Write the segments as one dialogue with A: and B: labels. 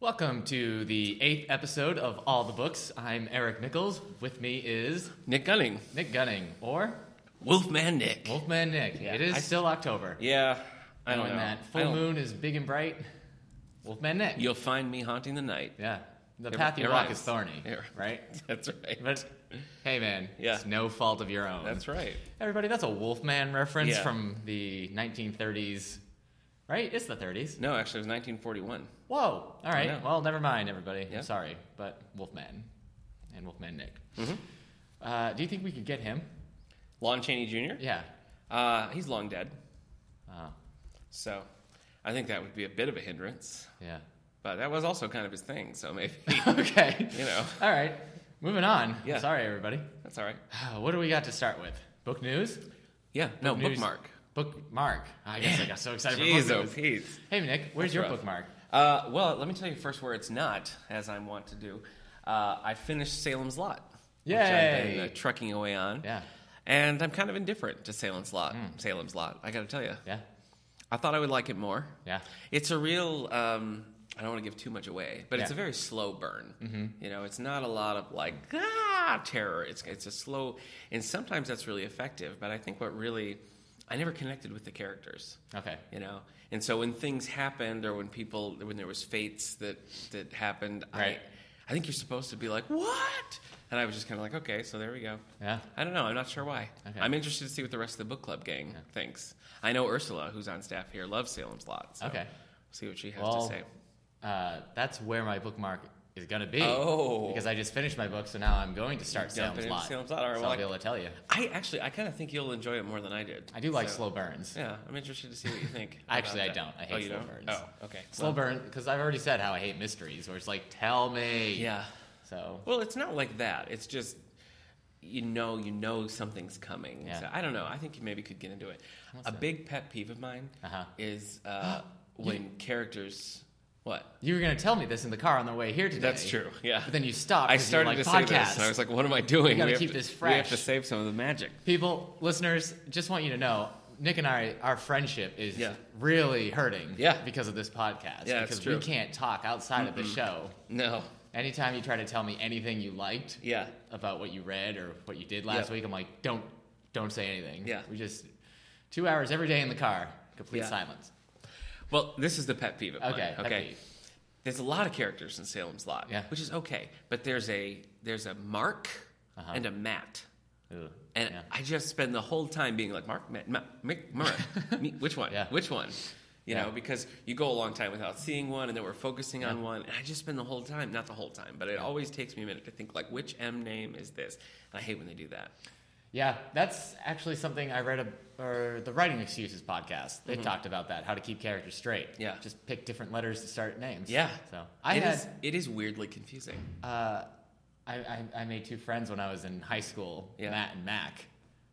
A: Welcome to the eighth episode of All the Books. I'm Eric Nichols. With me is
B: Nick Gunning.
A: Nick Gunning or
B: Wolfman Nick.
A: Wolfman Nick.
B: Yeah,
A: it is
B: I-
A: still October.
B: Yeah, I don't
A: Knowing
B: know.
A: That
B: I
A: full
B: don't-
A: moon is big and bright. Wolfman Nick.
B: You'll find me haunting the night.
A: yeah. The
B: It-
A: path you
B: it
A: walk
B: rhymes.
A: is thorny,
B: It-
A: right?
B: That's right.
A: But hey, man,
B: Yeah.
A: it's no fault of your own.
B: That's right.
A: Everybody, that's a Wolfman reference
B: Yeah.
A: from the 1930s, right? It's the 30s.
B: No, actually, it was 1941.
A: Whoa. All
B: know.
A: right. Well, never mind, everybody.
B: Oh, Yeah.
A: I'm sorry, but Wolfman and Wolfman Nick.
B: Mm-hmm.
A: Uh, do you think we could get him?
B: Lon Chaney Jr.
A: Yeah.
B: Uh, he's long dead,
A: Oh,
B: so I think that would be a bit of a hindrance.
A: yeah.
B: But that was also kind of his thing, so maybe
A: okay.
B: you know
A: All right. Moving on.
B: Yeah.
A: Sorry, everybody.
B: that's all right.
A: What do we got to start with? Book news?
B: Yeah. No
A: Book news.
B: bookmark.
A: Bookmark. I guess I got so excited for book
B: Jesus,
A: news.
B: he's.
A: Hey, Nick, where's
B: That's
A: your
B: rough.
A: bookmark?
B: Uh, well, let me tell you first where it's not, as I'm wont to do. Uh, I finished Salem's Lot, which I've been
A: Yay.
B: uh, trucking away on.
A: Yeah.
B: And I'm kind of indifferent to Salem's Lot.
A: Hmm.
B: Salem's Lot, I got to tell you,
A: Yeah.
B: I thought I would like it more.
A: Yeah.
B: It's a real. Um, I don't want to give too much away, but it's
A: Yeah. Mm-hmm.
B: a very slow burn. You know, it's not a lot of like ah terror. It's it's a slow, and sometimes that's really effective. But I think what really, I never connected with the characters
A: Okay.
B: you know and so when things happened or when people when there was fates that that happened
A: Right.
B: i i think you're supposed to be like what and i was just kind of like okay so there we go
A: Yeah.
B: i don't know i'm not sure why
A: Okay.
B: i'm interested to see what the rest of the book club gang thinks i know ursula who's on staff here loves salem's lot so
A: Okay.
B: see what she has
A: Well,
B: to say
A: Uh, that's where my bookmark is going to be.
B: Oh.
A: Because I just finished my book, so now I'm going to start Salem's
B: Jumping into
A: Lot.
B: Salem's Lot. All right,
A: so
B: well,
A: I'll
B: I-
A: be able to tell you.
B: i actually i kind of think you'll enjoy it more than i did
A: I do like
B: So,
A: slow burns.
B: yeah i'm interested to see what you think
A: Actually, I
B: about that.
A: don't. I hate
B: oh, you
A: slow
B: don't?
A: burns.
B: oh okay
A: Slow burn, because I've already said how I hate mysteries, where it's like, tell me.
B: yeah
A: So,
B: Well, it's not like that. It's just you know, you know something's coming.
A: Yeah.
B: So I don't know. I think you maybe could get into it. a big pet peeve of mine
A: Uh-huh.
B: is uh, when characters. What?
A: you were going to tell me this in the car on the way here today.
B: That's true. Yeah.
A: But then you stopped.
B: I
A: 'cause you
B: started
A: were
B: to
A: like,
B: say
A: podcast.
B: this, and I was like, "What am I doing?
A: gotta
B: have
A: keep
B: to-
A: this
B: We have to
A: fresh."
B: save some of the magic."
A: People, listeners, just want you to know, Nick and I, our friendship is
B: Yeah.
A: really hurting
B: Yeah.
A: because of this podcast.
B: Yeah, it's
A: because
B: true.
A: we can't talk outside of the show.
B: No.
A: Anytime you try to tell me anything you liked
B: Yeah.
A: about what you read or what you did last
B: Yeah.
A: week, I'm like, don't, don't say anything.
B: Yeah.
A: We just two hours every day in the car, complete
B: Yeah.
A: silence.
B: Well, this is the pet peeve of mine.
A: Okay, pet
B: Okay.
A: peeve.
B: There's a lot of characters in Salem's Lot,
A: Yeah.
B: which is okay, but there's a there's a Mark
A: Uh-huh.
B: and a Matt.
A: Ugh.
B: And
A: Yeah.
B: I just spend the whole time being like, Mark, Matt, Matt, Mick, Murray, me, which one?
A: Yeah.
B: Which one? You
A: Yeah.
B: know, because you go a long time without seeing one, and then we're focusing on one, and I just spend the whole time—not the whole time, but it always takes me a minute to think like, which M name is this? And I hate when they do that.
A: Yeah, that's actually something I read a, or the Writing Excuses podcast. They talked about that, how to keep characters straight.
B: Mm-hmm. Yeah.
A: just pick different letters to start names.
B: Yeah,
A: So I
B: It
A: had
B: is- it is weirdly confusing.
A: uh, I, I I made two friends when I was in high school,
B: Yeah.
A: Matt and Mac,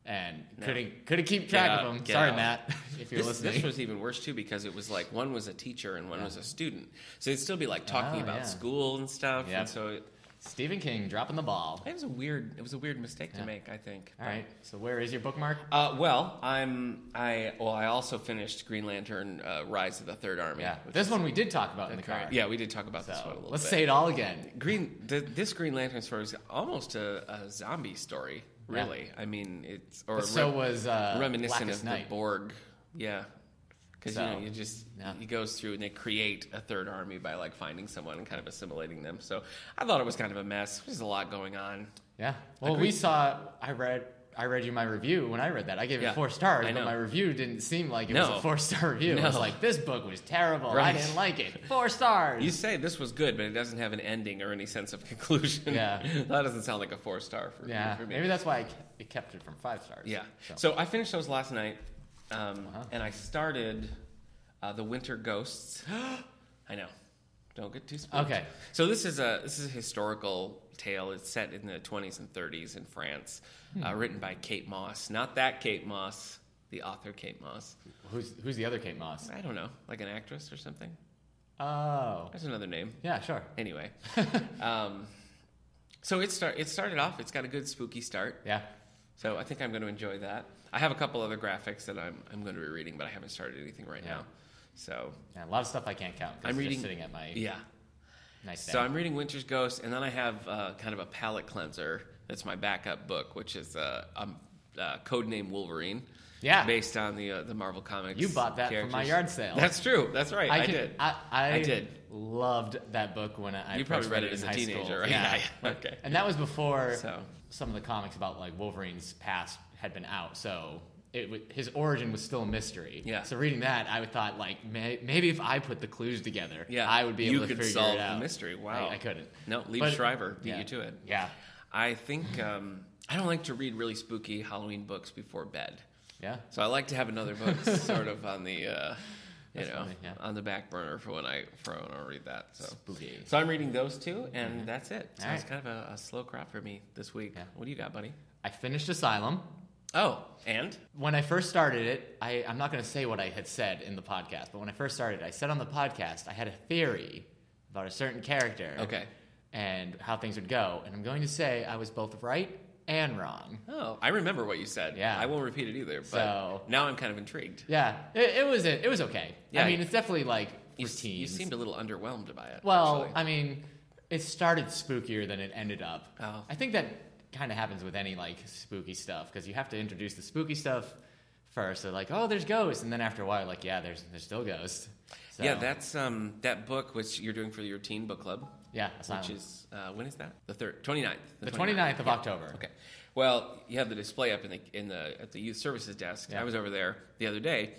A: and
B: No.
A: couldn't couldn't keep track of
B: Get out,
A: them.
B: get
A: Sorry,
B: out.
A: Matt, if you're
B: This,
A: listening.
B: this was even worse too because it was like one was a teacher and one was a student, so they'd still be like talking
A: Oh,
B: about
A: yeah.
B: school and stuff.
A: Yep.
B: And so it,
A: Stephen King dropping the ball.
B: it was a weird, it was a weird mistake
A: Yeah.
B: to make, I think.
A: All right, so where is your bookmark?
B: Uh, well, I'm I well I also finished Green Lantern uh, Rise of the Third Army.
A: Yeah,
B: which
A: this
B: is-
A: one we did talk about in the car.
B: Yeah, we did talk about
A: so
B: this one a little
A: let's
B: bit.
A: say it all again.
B: Green the, this Green Lantern story is almost a, a zombie story,
A: Yeah.
B: really. I mean, it's or
A: But so
B: rem-
A: was uh,
B: reminiscent
A: Blackest
B: of
A: Night.
B: the Borg. Yeah. Because you
A: So,
B: know, you just
A: yeah.
B: he goes through and they create a third army by like finding someone and kind of assimilating them. So I thought it was kind of a mess. There's a lot going on.
A: Yeah. Well, we
B: Agreed.
A: saw. I read. I read you my review when I read that. I gave
B: Yeah,
A: it four stars,
B: I
A: but
B: know.
A: my review didn't seem like it was
B: No.
A: a four star review. It was
B: No.
A: like this book was terrible. I
B: Right.
A: didn't like it. Four stars.
B: You say this was good, but it doesn't have an ending or any sense of conclusion.
A: Yeah.
B: that doesn't sound like a four star for,
A: yeah.
B: for me.
A: Maybe that's why I, ke- it kept it from five stars.
B: yeah.
A: So, Uh-huh.
B: So I finished those last night, um,
A: Wow.
B: and I started uh, the Winter Ghosts. I know. Don't get too spooked.
A: Okay.
B: So this is a this is a historical tale. It's set in the 20s and 30s in France,
A: Hmm.
B: uh, written by Kate Moss. Not that Kate Moss, the author Kate Moss.
A: who's who's the other Kate Moss?
B: I don't know, like an actress or something.
A: Oh.
B: There's another name.
A: Yeah. Sure.
B: Anyway, um, so it start it started off. It's got a good spooky start.
A: Yeah.
B: So I think I'm going to enjoy that. I have a couple other graphics that I'm I'm going to be reading, but I haven't started anything right
A: Yeah.
B: now. So
A: yeah. A lot of stuff I can't count. 'cause
B: I'm
A: it's just
B: reading-
A: sitting at my.
B: yeah,
A: Nice
B: So
A: day.
B: I'm reading Winter's Ghost, and then I have uh, kind of a palate cleanser. That's my backup book, which is uh, um, uh, Codename Wolverine.
A: Yeah.
B: Based on the uh, the Marvel comics.
A: You bought that from
B: characters.
A: my yard sale.
B: That's true. That's right. I,
A: could-
B: did.
A: I, I,
B: I did.
A: Loved that book when I.
B: You
A: first
B: probably read it
A: in
B: as a
A: high
B: teenager,
A: school.
B: right?
A: Yeah.
B: Yeah, yeah. Okay.
A: And that was before
B: So.
A: some of the comics about like Wolverine's past had been out, so it wa- his origin was still a mystery.
B: Yeah.
A: So reading that, I would thought like may, maybe if I put the clues together,
B: yeah.
A: I would be able
B: you
A: to
B: could
A: figure
B: solve
A: it out.
B: the mystery. Wow.
A: I, I couldn't.
B: No, Lee
A: But-
B: Shriver beat
A: yeah.
B: you to it.
A: Yeah.
B: I think um, I don't like to read really spooky Halloween books before bed.
A: Yeah.
B: So I like to have another book sort of on the, uh, you
A: That's
B: know,
A: funny, yeah.
B: on the back burner for when I for when I read that. So Mm-hmm.
A: Spooky.
B: So I'm reading those two, and that's it. So
A: All
B: it's
A: right.
B: kind of a, a slow crop for me this week.
A: Yeah.
B: What do you got, buddy?
A: I finished Asylum.
B: Oh, and
A: When I first started it, I, I'm not going to say what I had said in the podcast, but when I first started, I said on the podcast I had a theory about a certain character.
B: Okay.
A: And how things would go. And I'm going to say I was both right and wrong.
B: oh, I remember what you said.
A: Yeah.
B: I won't repeat it either. But
A: So-
B: now I'm kind of intrigued.
A: Yeah, it, it was it was okay.
B: Yeah.
A: I mean, it's definitely like
B: You, s-
A: routine.
B: you seemed a little underwhelmed by it.
A: well.
B: actually.
A: I mean, it started spookier than it ended up.
B: Oh.
A: I think that kind of happens with any like spooky stuff because you have to introduce the spooky stuff first. So like, oh, there's ghosts, and then after a while, like, yeah, there's there's still ghosts. So,
B: yeah, that's um that book which you're doing for your teen book club,
A: yeah, Asylum.
B: which is uh, when is that? The third 29th.
A: the 29th of October.
B: Okay. Well, you have the display up in the in the at the youth services desk.
A: Yeah.
B: I was over there the other day.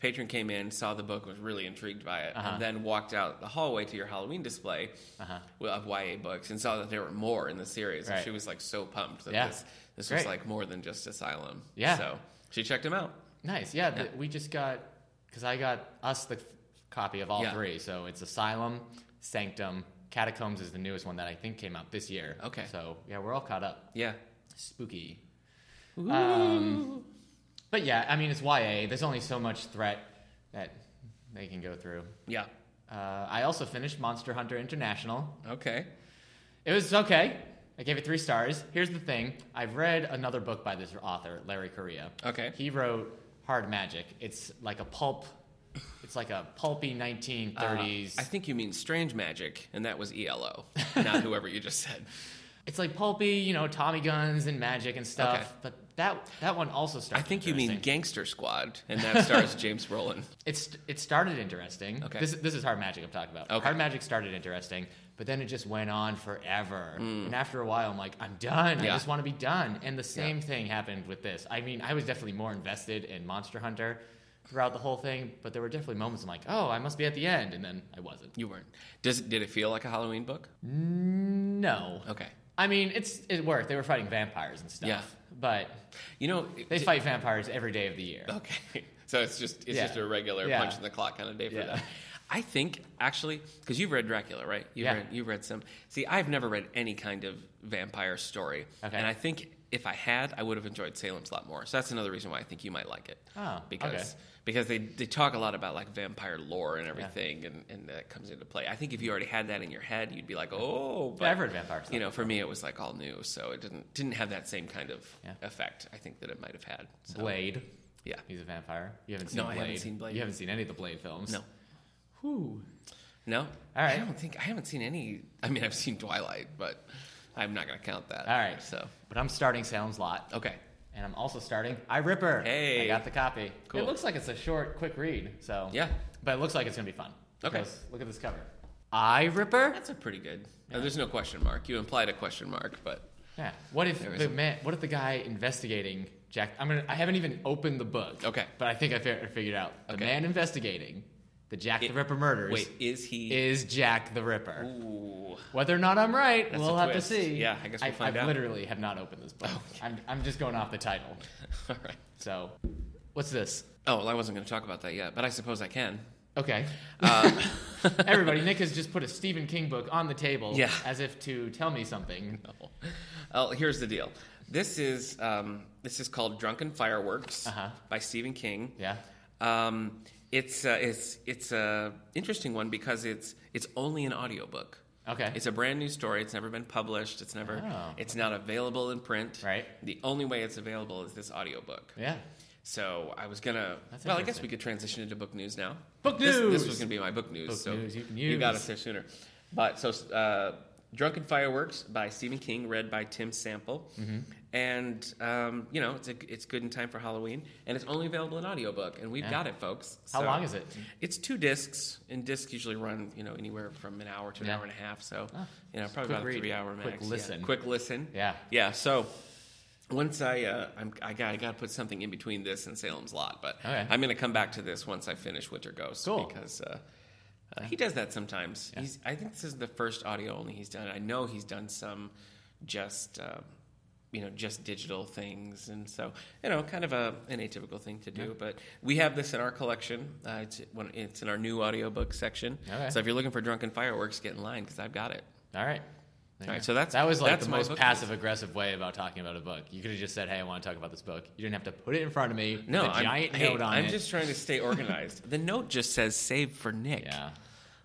B: Patron came in, saw the book, was really intrigued by it,
A: Uh-huh.
B: and then walked out the hallway to your Halloween display
A: Uh-huh.
B: wi- of YA books and saw that there were more in the series. And
A: Right.
B: she was like so pumped that
A: Yeah.
B: this this was
A: Great.
B: like more than just Asylum.
A: Yeah.
B: So she checked them out.
A: Nice. Yeah, th- we just got because I got us the f- copy of all
B: Yeah.
A: three. So it's Asylum, Sanctum, Catacombs is the newest one that I think came out this year.
B: Okay.
A: So yeah, we're all caught up.
B: Yeah.
A: Spooky. Um, but yeah, I mean it's YA. There's only so much threat that they can go through.
B: Yeah.
A: Uh, I also finished Monster Hunter International.
B: Okay.
A: It was okay. I gave it three stars. Here's the thing I've read another book by this author, Larry Correa.
B: Okay.
A: He wrote Hard Magic. It's like a pulp, it's like a pulpy
B: Uh,
A: 1930s.
B: I think you mean Strange Magic, and that was ELO, not whoever you just said.
A: it's like pulpy, you know, Tommy guns and magic and stuff.
B: Okay.
A: But that, that one also
B: I
A: started.
B: think you mean
A: interesting.
B: Gangster Squad, and that stars James Brolin.
A: It's, it started interesting.
B: Okay.
A: This, this is Hard Magic I'm talking about.
B: Okay.
A: Hard Magic started interesting, but then it just went on forever. And after a while, I'm like, I'm done. I
B: Mm. Yeah.
A: just want to be done. And the same thing happened with this. I mean, I was definitely more invested in Monster Hunter throughout the whole thing, but there were definitely moments I'm like, oh, I must be at the end. And then I wasn't.
B: You weren't. Does did it feel like a Halloween book?
A: No.
B: Okay.
A: I mean, it's it worked. They were fighting vampires and stuff.
B: Yeah.
A: But
B: You know,
A: they
B: d-
A: fight vampires every day of the year.
B: Okay. So it's just it's
A: Yeah.
B: just a regular
A: Yeah.
B: punch in the clock kind of day for
A: Yeah.
B: them. I think actually because you've read Dracula, right? You've
A: Yeah.
B: read you've read some. See, I've never read any kind of vampire story,
A: Okay.
B: and I think if I had, I would have enjoyed Salem's Lot more. So that's another reason why I think you might like it.
A: Oh,
B: because
A: okay.
B: because they they talk a lot about like vampire lore and everything, and and that comes into play. I think if you already had that in your head, you'd be like, oh, but
A: Yeah, I've read vampire stuff.
B: You know, for me, it was like all new, so it didn't didn't have that same kind of
A: Yeah.
B: effect. I think that it might have had. So,
A: Blade.
B: yeah.
A: He's a vampire. You haven't seen
B: No, I
A: Blade.
B: haven't seen Blade.
A: You haven't seen any of the Blade films.
B: No.
A: Whew.
B: No.
A: All right.
B: I don't think I haven't seen any. I mean, I've seen Twilight, but I'm not going to count that.
A: All right.
B: So
A: But I'm starting Salem's Lot.
B: okay.
A: And I'm also starting I Ripper.
B: Hey.
A: I got the copy.
B: Cool.
A: It looks like it's a short, quick read. So
B: Yeah.
A: But it looks like it's gonna be fun.
B: Okay.
A: Because Look at this cover. I Ripper.
B: That's a pretty good. uh, there's no question mark. You implied a question mark, but
A: Yeah. What if
B: There
A: the
B: is a-
A: man? What if the guy investigating Jack? I'm gonna. I haven't even opened the book.
B: Okay.
A: But I think I fi- figured out the
B: Okay.
A: man investigating the Jack
B: It-
A: the Ripper murders.
B: wait, is he?
A: is Jack the Ripper?
B: Ooh.
A: Whether or not I'm right,
B: That's
A: we'll
B: a
A: have
B: twist.
A: to see.
B: Yeah, I guess we'll find
A: I
B: out.
A: literally have not opened this book. I'm, I'm just going off the title.
B: All right.
A: So, what's this?
B: Oh well, I wasn't going to talk about that yet, but I suppose I can.
A: Okay.
B: Uh,
A: Everybody, Nick has just put a Stephen King book on the table
B: Yeah.
A: as if to tell me something.
B: No. Well, here's the deal. This is um, this is called Drunken Fireworks
A: Uh-huh.
B: by Stephen King.
A: Yeah.
B: Um, it's uh, it's it's a interesting one because it's it's only an audiobook.
A: Okay.
B: It's a brand new story. It's never been published. It's never
A: Oh.
B: it's not available in print.
A: Right.
B: The only way it's available is this audiobook.
A: yeah.
B: So I was gonna
A: That's
B: Well, I guess
A: interesting.
B: we could transition into book news now.
A: Book
B: This, this
A: news!
B: was gonna be my book news.
A: Book
B: so
A: news you can
B: got
A: use.
B: us there sooner. But so, uh, Drunken Fireworks by Stephen King, read by Tim Sample,
A: Mm-hmm.
B: and um, you know it's a, it's good in time for Halloween, and it's only available in audiobook, and we've
A: Yeah.
B: got it, folks.
A: How
B: So-
A: long is it?
B: It's two discs, and discs usually run you know anywhere from an hour to an
A: Yeah.
B: hour and a half. So
A: Ah,
B: you know probably
A: quick
B: about a
A: read,
B: three hour max.
A: quick
B: Yeah.
A: listen.
B: Quick listen.
A: Yeah.
B: Yeah. So once I uh, I'm, I got I got to put something in between this and Salem's Lot, but
A: Okay.
B: I'm going to come back to this once I finish Winter Ghost
A: Cool.
B: because. Uh, uh, he does that sometimes. He's, I think this is the first audio only he's done. I know he's done some just, uh, you know, just digital things, and so you know, kind of a an atypical thing to do. But we have this in our collection. Uh, it's when, it's in our new audiobook section.
A: Okay.
B: So if you're looking for Drunken Fireworks, get in line because I've got it.
A: All right. There you
B: All right,
A: go.
B: so that's-
A: that was like
B: that's
A: the
B: my
A: most
B: book
A: passive aggressive way about talking about a book. You could have just said, "Hey, I want to talk about this book." You didn't have to put it in front of me.
B: No,
A: with a
B: I'm,
A: giant
B: hey,
A: note on
B: I'm
A: it.
B: just trying to stay organized. the note just says "Save for Nick."
A: yeah.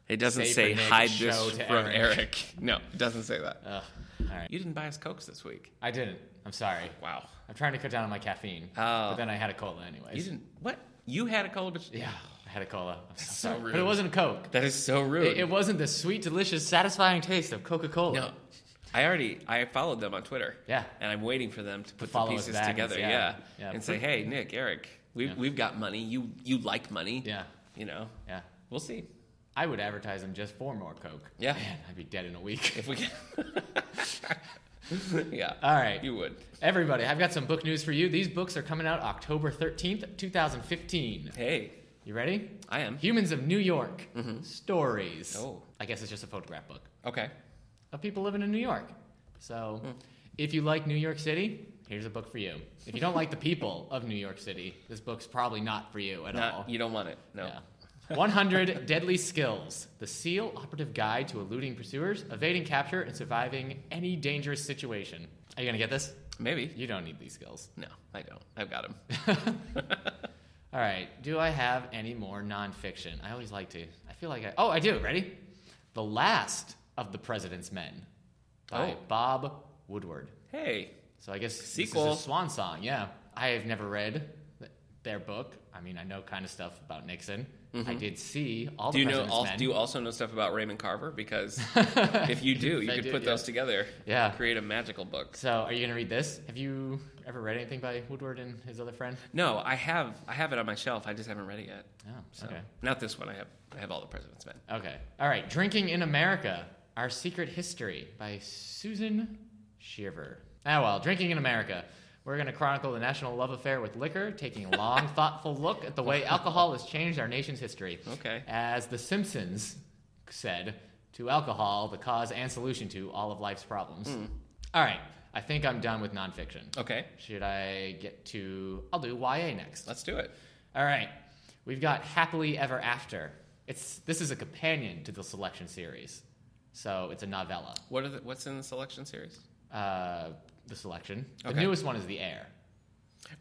B: It doesn't
A: Save for
B: say
A: Nick,
B: "Hide this
A: show to
B: from Eric."
A: Eric.
B: No, it doesn't say that.
A: Ugh. All right.
B: You didn't buy us cokes this week.
A: I didn't. I'm sorry.
B: Wow.
A: I'm trying to cut down on my caffeine.
B: Oh.
A: But then I had a cola
B: You
A: anyways.
B: didn't. What? You had a cola, but
A: Yeah, I had a cola. I'm so
B: so
A: sorry.
B: rude.
A: But it wasn't a Coke.
B: that is so rude.
A: It, it wasn't the sweet, delicious, satisfying taste of Coca-Cola.
B: No, I already I followed them on Twitter.
A: Yeah.
B: and I'm waiting for them to put the
A: follow us
B: pieces
A: back and
B: together.
A: say,
B: yeah.
A: yeah, yeah.
B: and say, hey, Nick, Eric, we
A: Yeah.
B: we've got money. You you like money?
A: Yeah.
B: you know.
A: Yeah.
B: We'll see
A: I would advertise them just for more Coke.
B: Yeah.
A: Man, I'd be dead in a week.
B: if we can. yeah.
A: All right.
B: You would.
A: Everybody, I've got some book news for you. These books are coming out October 13th, 2015.
B: Hey,
A: You ready?
B: I am.
A: Humans of New York Stories.
B: Mm-hmm. Oh.
A: I guess it's just a photograph book
B: Okay.
A: of people living in New York. So
B: Hmm.
A: if you like New York City, here's a book for you. If you don't like the people of New York City, this book's probably not for you at all.
B: Not, you don't want it. No.
A: Yeah. 100 Deadly Skills, the SEAL operative guide to eluding pursuers, evading capture, and surviving any dangerous situation. Are you going to get this?
B: Maybe.
A: You don't need these skills.
B: No, I don't. I've got him.
A: All right. Do I have any more nonfiction? I always like to. I feel like I. Oh, I do. Ready? The Last of the President's Men by
B: Oh.
A: Bob Woodward.
B: Hey.
A: So I guess
B: Sequel.
A: This is a swan song. Yeah. I have never read th- their book. I mean, I know kind of stuff about Nixon. I did see all
B: Mm-hmm. Do
A: the
B: you know?
A: President's
B: Al-
A: Men.
B: do you also know stuff about Raymond Carver? Because if you do, you
A: I
B: could
A: do,
B: put
A: yeah.
B: those together.
A: Yeah.
B: Create a magical book.
A: So, are you going to read this? Have you ever read anything by Woodward and his other friend?
B: No, I have. I have it on my shelf. I just haven't read it yet.
A: Oh,
B: So
A: okay.
B: not this one. I have I have all the president's men.
A: Okay. All right. Drinking in America Our Secret History by Susan Shearer. Ah, well, Drinking in America. We're going to chronicle the national love affair with liquor, taking a long, thoughtful look at the way alcohol has changed our nation's history.
B: Okay.
A: As The Simpsons said, to alcohol, the cause and solution to all of life's problems. All right. I think I'm done with nonfiction.
B: Okay,
A: Should I get to. I'll do YA next.
B: let's do it.
A: All right, we've got Happily Ever After. It's this is a companion to the selection series, so it's a novella.
B: What are the, what's in the selection series?
A: Uh, the selection. The
B: Okay.
A: newest one is The Air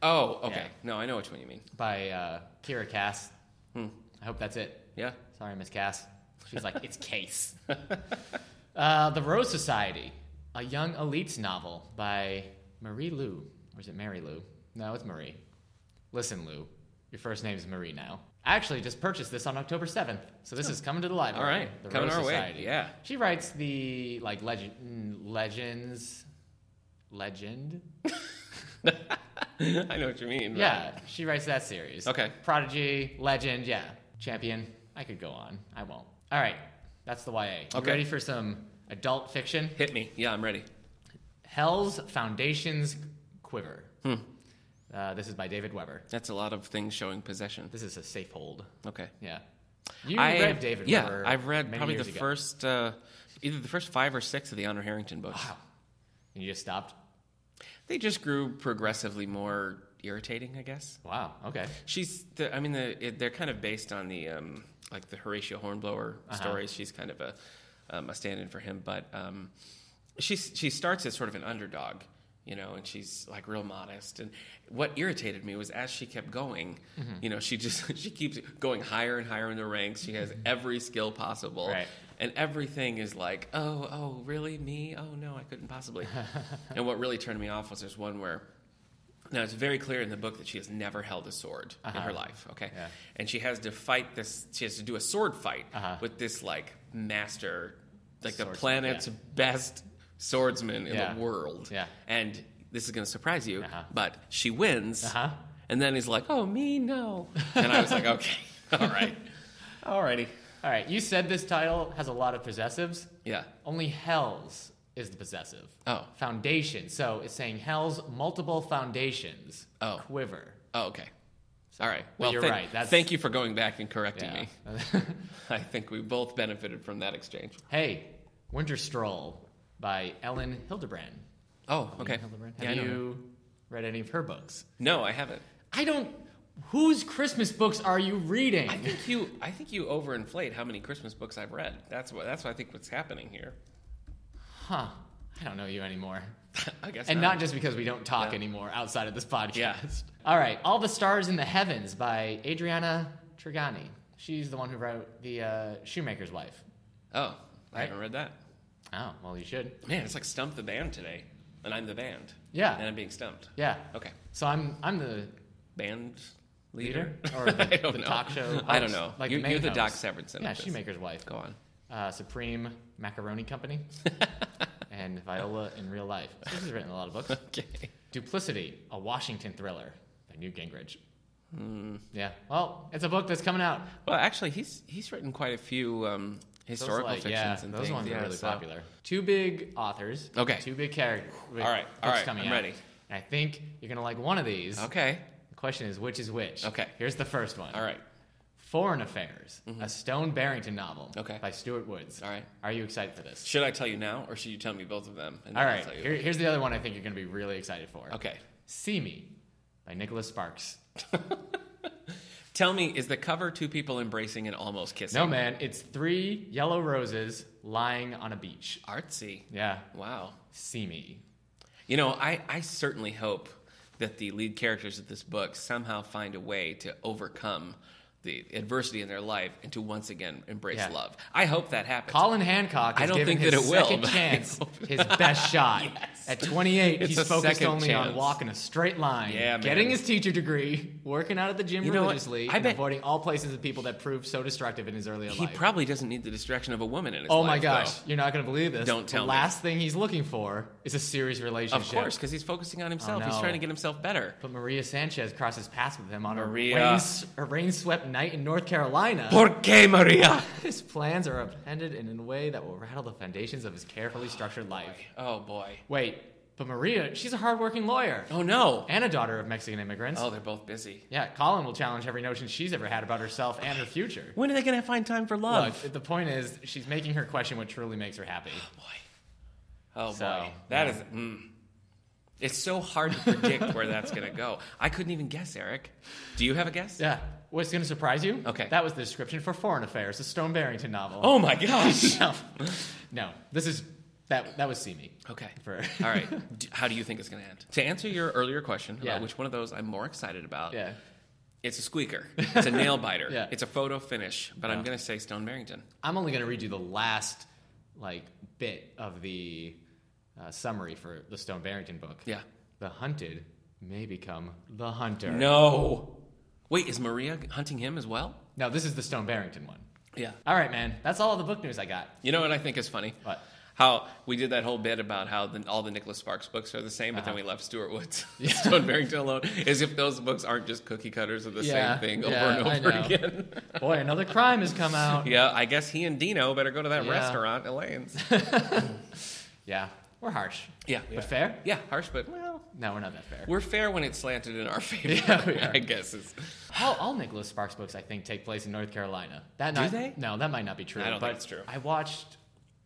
B: Oh, okay.
A: Yeah.
B: No, I know which one you mean.
A: by uh, Kira Cass.
B: Hmm.
A: I hope that's it.
B: Yeah.
A: Sorry, Miss Cass. She's like, it's Case. uh, the Rose Society, a young elites novel by Marie Lou. Or is it Mary Lou? No, it's Marie. Listen, Lou, your first name's Marie now. I actually just purchased this on October 7th, so this is coming to the library.
B: Oh. All right,
A: The
B: coming
A: Rose
B: our way,
A: Society.
B: yeah.
A: She writes the, like, legend, mm, legends, legend?
B: I know what you mean. but-
A: Yeah, she writes that series.
B: Okay.
A: Prodigy, Legend, yeah. Champion. I could go on. I won't. All right. That's the YA. You
B: Okay.
A: ready for some adult fiction?
B: Hit me. Yeah, I'm ready.
A: Hell's Foundation's Quiver.
B: Hmm.
A: Uh, this is by David Weber.
B: That's a lot of things showing possession.
A: This is a safe hold.
B: Okay.
A: Yeah. You
B: I
A: read David
B: yeah,
A: Weber.
B: I've read
A: many
B: probably the
A: years ago.
B: first uh, either the first five or six of the Honor Harrington books.
A: Wow. And you just stopped?
B: They just grew progressively more irritating, I guess.
A: Wow. Okay.
B: She's, the, I mean, the, it, they're kind of based on the um, like the Horatio Hornblower stories. She's kind of a um, a stand-in for him, but um, she she starts as sort of an underdog, you know, and she's like real modest. And what irritated me was as she kept going, you know, she just she keeps going higher and higher in the ranks. She has every skill possible,
A: Right.
B: and everything is like, oh, oh, really, me? Oh no, I couldn't possibly. and what really turned me off was there's one where. Now it's very clear in the book that she has never held a sword in her life. Okay,
A: Uh-huh. Yeah.
B: and she has to fight this. She has to do a sword fight
A: Uh-huh.
B: with this like master like the
A: Swordsman,
B: planet's
A: yeah.
B: best swordsman in
A: Yeah.
B: the world.
A: Yeah.
B: And this is going to surprise you,
A: Uh-huh.
B: but she wins.
A: Uh-huh.
B: And then he's like, "Oh, me no." And I was like, "Okay. All right. Alrighty.
A: All right, you said this title has a lot of possessives.
B: Yeah.
A: Only Hells is the possessive.
B: Oh.
A: Foundation. So it's saying Hells, multiple foundations.
B: Oh.
A: Quiver.
B: Oh, okay. All right.
A: Well,
B: Well,
A: you're
B: thank,
A: right. That's-
B: thank you for going back and correcting
A: Yeah.
B: me. I think we both benefited from that exchange.
A: hey, Winter Stroll by Ellen Hildebrand.
B: Oh, okay.
A: Hildebrand.
B: Yeah,
A: Have
B: I know her.
A: you read any of her books?
B: No, I haven't.
A: I don't. Whose Christmas books are you reading?
B: I think you. I think you overinflate how many Christmas books I've read. That's what. That's what I think what's happening here.
A: huh. I don't know you anymore.
B: I guess.
A: And not just because we don't talk
B: Yeah.
A: anymore outside of this podcast.
B: Yeah.
A: All right. All the Stars in the Heavens by Adriana Trigani. She's the one who wrote The uh, Shoemaker's Wife.
B: Oh, I
A: Right?
B: haven't read that.
A: Oh, well, you should.
B: Man, it's like stump the band today, and I'm the band.
A: Yeah.
B: And I'm being stumped.
A: Yeah.
B: Okay.
A: So I'm I'm the
B: Band leader
A: leader or the,
B: I don't
A: the
B: know.
A: talk show.
B: I
A: host?
B: don't know.
A: Like
B: you,
A: the main
B: you're the Doc
A: host.
B: Severinsen.
A: Yeah,
B: of this.
A: Shoemaker's wife.
B: Go on.
A: Uh, Supreme Macaroni Company and Viola in Real Life. So this has written a lot of books.
B: Okay.
A: Duplicity, a Washington thriller by Newt Gingrich.
B: Hmm.
A: Yeah. Well, it's a book that's coming out.
B: Well, actually, he's he's written quite a few um,
A: Those,
B: historical
A: like,
B: fictions
A: yeah,
B: and
A: those
B: things.
A: ones
B: yeah,
A: are really
B: so-
A: popular. Two big authors.
B: Okay.
A: Two big characters.
B: All right, all right,
A: Coming
B: I'm
A: out.
B: ready.
A: And I think you're gonna like one of these.
B: Okay.
A: The question is which is which.
B: Okay.
A: Here's the first one.
B: All right.
A: Foreign Affairs, a Stone Barrington novel
B: Mm-hmm. Okay.
A: by Stuart Woods.
B: All right.
A: Are you excited for this?
B: Should I tell you now, or should you tell me both of them? And
A: All
B: then I'll
A: right.
B: tell you?
A: Here, here's the other one I think you're going to be really excited for.
B: Okay.
A: See Me by Nicholas Sparks.
B: Tell me, is the cover two people embracing and almost kissing?
A: No, man, it's three yellow roses lying on a beach.
B: Artsy.
A: Yeah.
B: Wow.
A: See Me.
B: You know, I, I certainly hope that the lead characters of this book somehow find a way to overcome the adversity in their life and to once again embrace
A: Yeah.
B: love. I hope that happens.
A: Colin Hancock is
B: I don't
A: given
B: think that
A: his
B: it will,
A: second
B: but I
A: chance,
B: hope-
A: his best shot. At 28,
B: It's
A: he's
B: a
A: focused
B: second
A: only on
B: chance.
A: walking a straight line,
B: Yeah, man.
A: getting his teacher degree, working out at the gym
B: You know what?
A: religiously,
B: I
A: and
B: bet-
A: avoiding all places and people that proved so destructive in his earlier
B: he
A: life.
B: probably doesn't need the distraction of a woman in his
A: Oh
B: life.
A: my gosh,
B: though.
A: you're not gonna believe this.
B: Don't tell
A: The
B: me.
A: last thing he's looking for is a serious relationship.
B: Of course, because he's focusing on himself. He's
A: no.
B: trying to get himself better.
A: But Maria Sanchez crosses paths with him on
B: Maria.
A: a, rain, a rain-swept night in North Carolina.
B: Por qué, Maria?
A: his plans are upended in a way that will rattle the foundations of his carefully structured life.
B: Oh boy.
A: Wait, but Maria, she's a hardworking lawyer
B: Oh no.
A: and a daughter of Mexican immigrants.
B: Oh, they're both busy.
A: Yeah, Colin will challenge every notion she's ever had about herself and her future.
B: When are they going to find time for
A: Look,
B: love?
A: the point is, she's making her question what truly makes her happy.
B: boy. Oh
A: So,
B: boy, that
A: yeah.
B: is. Mm. It's so hard to predict where that's gonna go. I couldn't even guess, Eric. Do you have a guess?
A: Yeah. What's going to surprise you?
B: Okay.
A: That was the description for Foreign Affairs, a Stone Barrington novel.
B: Oh my gosh.
A: No. No. This is, that, that was See Me.
B: Okay.
A: For,
B: All right. D- How do you think it's gonna end? To answer your earlier question
A: Yeah.
B: about which one of those I'm more excited about,
A: yeah.
B: it's a squeaker. It's a nail biter.
A: Yeah.
B: It's a photo finish, but
A: Yeah.
B: I'm gonna say Stone Barrington.
A: I'm only going to read you the last, like, bit of the uh, summary for the Stone Barrington book.
B: Yeah.
A: The hunted may become the hunter.
B: No. Wait, is Maria hunting him as well?
A: No, this is the Stone Barrington one.
B: Yeah.
A: All right, man. That's all the book news I got.
B: You know what I think is funny?
A: What?
B: How we did that whole bit about how the, all the Nicholas Sparks books are the same, but then
A: Uh-huh.
B: we left Stuart Woods, Stone Barrington alone, as if those books aren't just cookie cutters of the
A: Yeah,
B: same thing over
A: yeah,
B: and
A: I
B: over
A: know.
B: again.
A: Boy, another crime has come out.
B: yeah, I guess he and Dino better go to that
A: Yeah.
B: restaurant, Elaine's.
A: Yeah. We're harsh.
B: Yeah,
A: But fair?
B: yeah, harsh, but well,
A: No, we're not that fair.
B: we're fair when it's slanted in our favor.
A: Yeah, we are.
B: I guess it's.
A: All, all Nicholas Sparks books, I think, take place in North Carolina. That
B: Do
A: not,
B: they?
A: No, that might not be true.
B: I don't
A: but
B: think it's true.
A: I watched,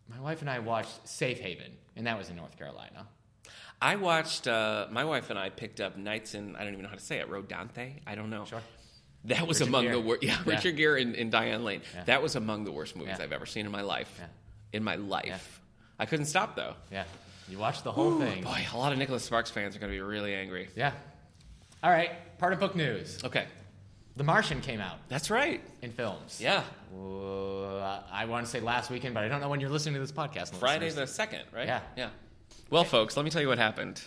A: my wife and I watched Safe Haven, and that was in North Carolina.
B: I watched. Uh, my wife and I picked up Nights in. I don't even know how to say it. Rodante. I don't know.
A: Sure.
B: That was
A: Richard
B: among
A: Gere.
B: the worst. Yeah,
A: Yeah.
B: Richard Gere and, and Diane Lane.
A: Yeah.
B: That was among the worst movies
A: Yeah.
B: I've ever seen in my life.
A: Yeah.
B: In my life, I couldn't stop though.
A: Yeah. You watched the whole thing.
B: Boy, a lot of Nicholas Sparks fans are going to be really angry.
A: Yeah. All right. Part of book news
B: Okay,
A: The Martian came out
B: that's right.
A: in films.
B: Yeah,
A: Uh, I want to say last weekend, but I don't know when you're listening to this podcast.
B: Friday
A: listeners.
B: the second, right?
A: Yeah.
B: yeah. Well, folks, let me tell you what happened.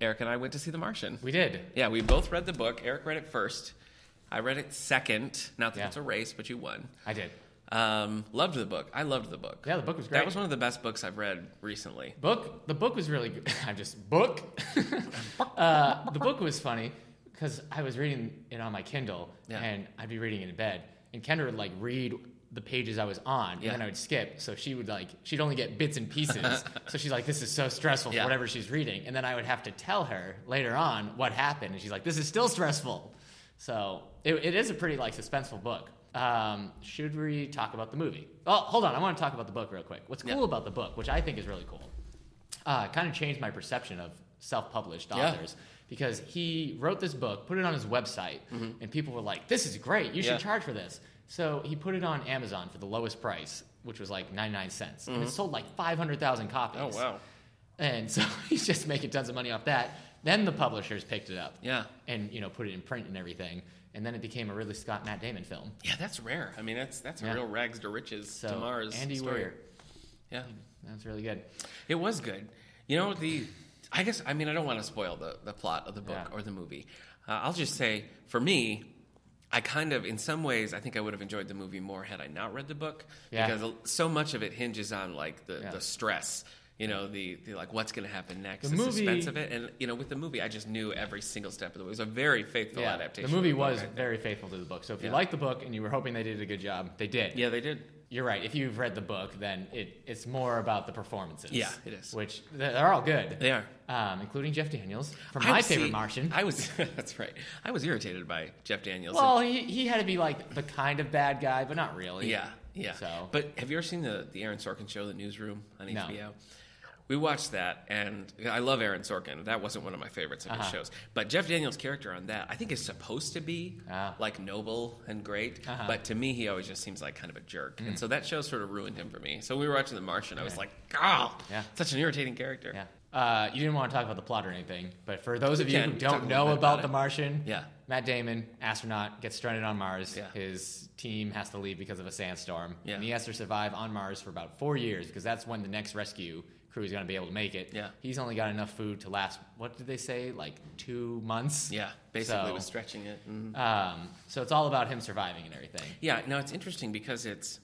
B: Eric and I went to see The Martian.
A: We did.
B: Yeah, we both read the book. Eric read it first. I read it second. Not that
A: Yeah.
B: it's a race, but you won.
A: I did.
B: Um, loved the book. I loved the book.
A: Yeah, the book was great.
B: That was one of the best books I've read recently.
A: book the book was really good i'm just book uh, the book was funny because i was reading it on my kindle
B: Yeah.
A: and i'd be reading it in bed and kendra would like read the pages i was on and then
B: Yeah.
A: i would skip so she would like she'd only get bits and pieces so she's like this is so stressful for
B: Yeah.
A: whatever she's reading and then i would have to tell her later on what happened and she's like this is still stressful so it, it is a pretty like suspenseful book um, should we talk about the movie oh hold on i want to talk about the book real quick what's cool
B: Yeah.
A: about the book which i think is really cool uh, kind of changed my perception of self-published
B: Yeah.
A: authors because he wrote this book, put it on his website, and people were like, "This is great! You should
B: Mm-hmm. Yeah.
A: charge for this." So he put it on Amazon for the lowest price, which was like 99 cents, and it sold like 500,000 copies.
B: Mm-hmm. Oh wow.
A: And so he's just making tons of money off that. Then the publishers picked it up,
B: Yeah.
A: and you know put it in print and everything, and then it became a Ridley Scott Matt Damon film.
B: Yeah, that's rare. I mean, that's that's
A: Yeah.
B: a real rags to riches
A: So
B: to Mars
A: Andy
B: story.
A: Weir,
B: Yeah,
A: that's really good.
B: it was good. You know the. I guess I mean I don't want to spoil the, the plot of the book
A: Yeah.
B: or the movie. Uh, I'll just say for me, I kind of in some ways I think I would have enjoyed the movie more had I not read the book
A: Yeah.
B: because so much of it hinges on like the,
A: Yeah.
B: the stress. You know the, the like what's going to happen next,
A: The
B: the,
A: movie-
B: suspense of it, and you know with the movie I just knew every single step of the way. It was a very faithful adaptation.
A: The movie
B: of book,
A: was
B: I think.
A: very faithful to the book. So if you
B: Yeah.
A: like the book and you were hoping they did a good job, they did.
B: yeah, they did.
A: You're right. If you've read the book, then it, it's more about the performances.
B: Yeah, it is.
A: Which they're they're all good.
B: They are.
A: Um, including Jeff Daniels from
B: I
A: my
B: was-
A: favorite
B: see,
A: Martian.
B: I was that's right. I was irritated by Jeff Daniels.
A: well, he, he had to be like the kind of bad guy, but not really.
B: yeah, yeah.
A: So-
B: but have you ever seen the the Aaron Sorkin show, The Newsroom on
A: No.
B: HBO? We watched that, and I love Aaron Sorkin. That wasn't one of my favorites of
A: Uh-huh.
B: his shows. But Jeff Daniels' character on that, I think, is supposed to be
A: Ah.
B: like noble and great.
A: Uh-huh. Mm.
B: But to me, he always just seems like kind of a jerk. And so that show sort of ruined him for me. So we were watching The Martian. I was like, oh,
A: Yeah.
B: such an irritating character.
A: Yeah. Uh, you didn't want to talk about the plot or anything, but for those of you
B: can.
A: who
B: We can talk
A: don't
B: a little
A: know
B: bit
A: about
B: about
A: The
B: it.
A: Martian,
B: Yeah.
A: Matt Damon, astronaut, gets stranded on Mars.
B: Yeah.
A: His team has to leave because of a sandstorm.
B: Yeah.
A: And he has to survive on Mars for about four years because that's when the next rescue crew is going to be able to make it.
B: Yeah.
A: He's only got enough food to last, what did they say, like two months?
B: Yeah, basically
A: So-
B: was stretching it. Mhm.
A: Um, so it's all about him surviving and everything.
B: Yeah, no, it's interesting because it's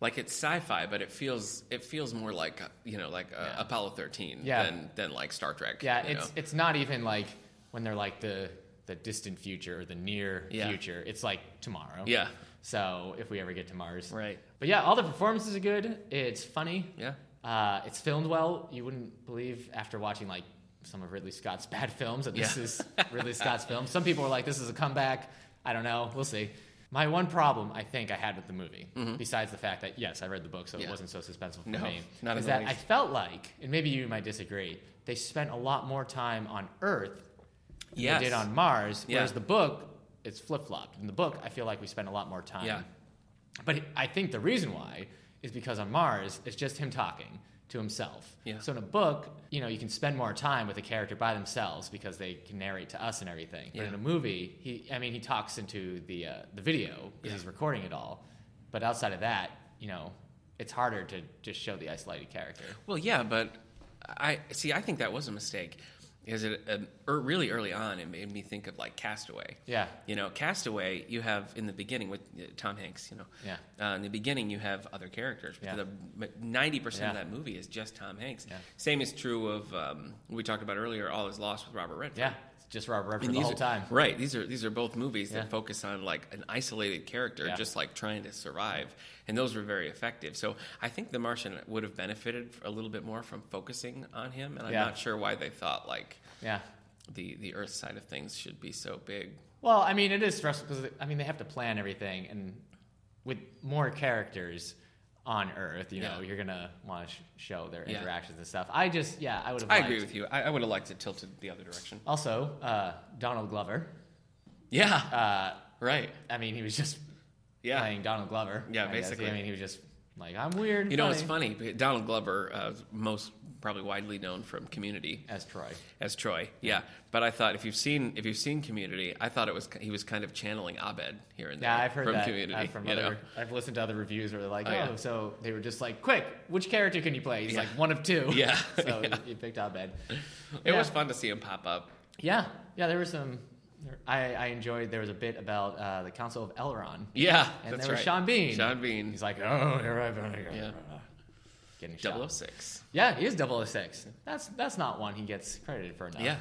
B: like it's sci-fi, but it feels it feels more like you know like uh,
A: Yeah.
B: Apollo thirteen
A: Yeah.
B: than than like Star Trek.
A: Yeah,
B: you
A: it's
B: know?
A: it's not even like when they're like the the distant future or the near
B: Yeah.
A: future. It's like tomorrow.
B: yeah,
A: So if we ever get to Mars.
B: right,
A: But yeah, all the performances are good. It's funny.
B: yeah,
A: Uh, it's filmed well. You wouldn't believe after watching like some of Ridley Scott's bad films that this
B: Yeah.
A: is Ridley Scott's film. Some people are like, "This is a comeback." I don't know. We'll see. My one problem I think I had with the movie, besides the fact that yes, I read the book, so it
B: Mm-hmm. Yeah.
A: wasn't so suspenseful for
B: No,
A: me,
B: not
A: is
B: in the
A: that I
B: least.
A: felt like, and maybe you might disagree, they spent a lot more time on Earth than
B: Yes.
A: they did on Mars, whereas
B: Yeah.
A: the book it's flip flopped. In the book, I feel like we spent a lot more time
B: yeah,
A: but I think the reason why is because on Mars, it's just him talking to himself.
B: Yeah.
A: So in a book, you know, you can spend more time with a character by themselves because they can narrate to us and everything. But
B: Yeah.
A: in a movie, he, I mean, he talks into the uh, the video because
B: Yeah.
A: he's recording it all. But outside of that, you know, it's harder to just show the isolated character.
B: well, yeah, but I see. I think that was a mistake. Is it um, er, really early on? It made me think of like Castaway.
A: Yeah.
B: You know, Castaway. You have in the beginning with uh, Tom Hanks. You know,
A: Yeah.
B: Uh, in the beginning, you have other characters.
A: Yeah.
B: But ninety percent of
A: Yeah.
B: that movie is just Tom Hanks.
A: Yeah.
B: Same is true of um, we talked about earlier. All is lost with Robert Redford.
A: Yeah. It's just Robert
B: I
A: Redford
B: mean,
A: the
B: these
A: whole
B: are-
A: time.
B: Right. These are these are both movies
A: Yeah.
B: that focus on like an isolated character,
A: Yeah.
B: just like trying to survive, and those were very effective. So I think The Martian would have benefited a little bit more from focusing on him, and I'm
A: Yeah.
B: not sure why they thought like
A: Yeah.
B: the the Earth side of things should be so big.
A: Well, I mean, it is stressful because I mean they have to plan everything, and with more characters on Earth, you know,
B: Yeah.
A: you're gonna want to sh- show their
B: Yeah.
A: interactions and stuff. I just, yeah, I would have.
B: I
A: liked.
B: agree with you. I, I would have liked it tilted the other direction.
A: Also, uh, Donald Glover.
B: Yeah.
A: Uh,
B: right.
A: I mean, he was just
B: Yeah.
A: playing Donald Glover.
B: Yeah,
A: I guess.
B: basically.
A: I mean, he was just like, I'm weird. and
B: You know,
A: funny,"
B: it's funny. but Donald Glover, uh, is most probably widely known from Community
A: As Troy.
B: as Troy. Yeah, but I thought if you've seen if you've seen Community, I thought it was he was kind of channeling Abed here and there.
A: Yeah, I've heard
B: from
A: that
B: Community.
A: uh, from
B: you
A: other.
B: know?
A: I've listened to other reviews where they're like, "Oh,
B: Oh, yeah.
A: so they were just like, quick, which character can you play?" He's
B: Yeah.
A: like, "One of two.
B: Yeah.
A: so
B: Yeah.
A: he picked Abed.
B: it
A: Yeah.
B: was fun to see him pop up.
A: Yeah, yeah, there were some There- I, I enjoyed. There was a bit about uh, the Council of Elrond,
B: Yeah,
A: and
B: that's
A: there was
B: right.
A: Sean Bean.
B: Sean Bean.
A: He's like, oh, here I go.
B: Yeah.
A: Getting shot.
B: 006.
A: Yeah, he is 006. That's that's not one he gets credited for enough.
B: Yeah,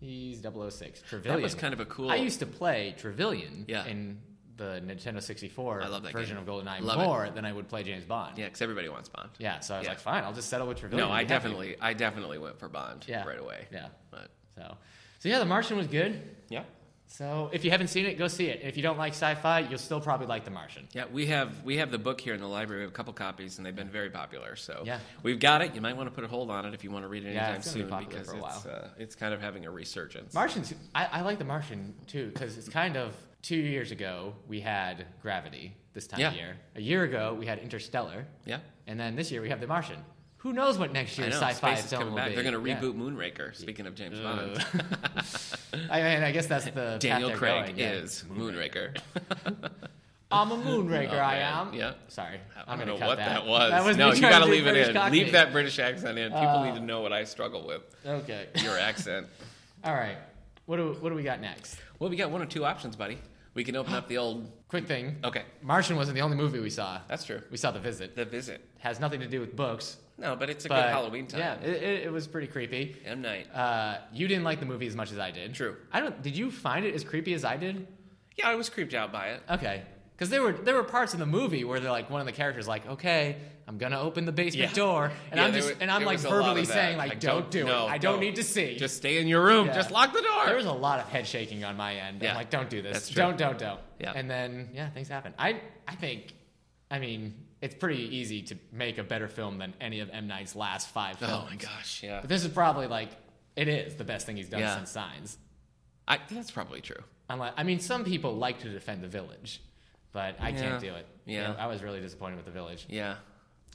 A: He's 006. Trevelyan.
B: that was kind of a cool.
A: I used to play Trevelyan
B: Yeah.
A: in the Nintendo 64
B: I love that
A: version
B: game.
A: of GoldenEye
B: Love it.
A: more than I would play James Bond.
B: yeah, because everybody wants Bond.
A: Yeah, so I was
B: Yeah.
A: like, fine, I'll just settle with Trevelyan.
B: No, I
A: and be happy.
B: definitely, I definitely went for Bond
A: Yeah.
B: right away.
A: Yeah.
B: But
A: So, so yeah, The Martian was good.
B: yeah,
A: So if you haven't seen it, go see it. If you don't like sci-fi, you'll still probably like The Martian.
B: yeah, we have we have the book here in the library. We have a couple copies, and they've been very popular. So
A: Yeah.
B: we've got it. You might want to put a hold on it if you want to read it
A: Yeah,
B: anytime
A: it's gonna be
B: soon
A: popular
B: because
A: for a
B: it's uh, it's kind of having a resurgence.
A: Martian's. I, I like The Martian too because it's kind of two years ago we had Gravity this time
B: Yeah.
A: of year. A year ago we had Interstellar,
B: yeah,
A: and then this year we have The Martian. Who knows what next
B: I
A: year's
B: know.
A: sci-fi
B: Space is
A: film
B: coming
A: will
B: back.
A: be?
B: They're going to
A: Yeah.
B: reboot Moonraker. Speaking of James
A: Ugh.
B: Bond,
A: I mean, I guess that's the
B: Daniel
A: path they're
B: Craig
A: going, yeah.
B: is Moonraker.
A: I'm a moonraker.
B: Oh,
A: I
B: man.
A: am.
B: Yeah.
A: Sorry,
B: I
A: I'm
B: don't
A: gonna
B: know
A: cut
B: what that,
A: that.
B: was.
A: was
B: no,
A: me
B: you
A: trying to
B: gotta
A: do
B: leave it
A: British
B: in.
A: Cockney.
B: Leave that British accent in. People
A: Uh,
B: need to know what I struggle with.
A: Okay.
B: Your accent.
A: All right. What do what do we got next?
B: Well, we got one or two options, buddy. We can open up the old.
A: Quick thing.
B: Okay,
A: Martian wasn't the only movie we saw.
B: that's true.
A: We saw The Visit.
B: The visit.
A: Has nothing to do with books.
B: No, but it's a
A: but
B: good Halloween time.
A: Yeah, it, it, it was pretty creepy.
B: M night.
A: Uh, you didn't like the movie as much as I did.
B: True.
A: I don't. Did you find it as creepy as I did?
B: Yeah, I was creeped out by it.
A: Okay. Because there were there were parts in the movie where they're like one of the characters like, okay, I'm gonna open the basement
B: Yeah.
A: door, and
B: Yeah,
A: I'm
B: there
A: just
B: wa-
A: and I'm
B: there
A: like
B: was a lot of
A: verbally
B: that.
A: saying like, don't, do
B: no,
A: it. I don't, need to see.
B: Just stay in your room.
A: Yeah.
B: Just lock the door.
A: There was a lot of head shaking on my end.
B: Yeah.
A: I'm like, don't do this.
B: That's true.
A: Don't, don't, don't.
B: Yeah.
A: And then, yeah, things happen. I, I think, I mean, it's pretty easy to make a better film than any of M. Night's last five films.
B: oh my gosh. Yeah.
A: But this is probably like, it is the best thing he's done
B: Yeah.
A: since Signs.
B: I, that's probably true.
A: Unlike, I mean, some people like to defend The Village, but I can't
B: Yeah.
A: do it.
B: Yeah.
A: You know, I was really disappointed with The Village.
B: Yeah.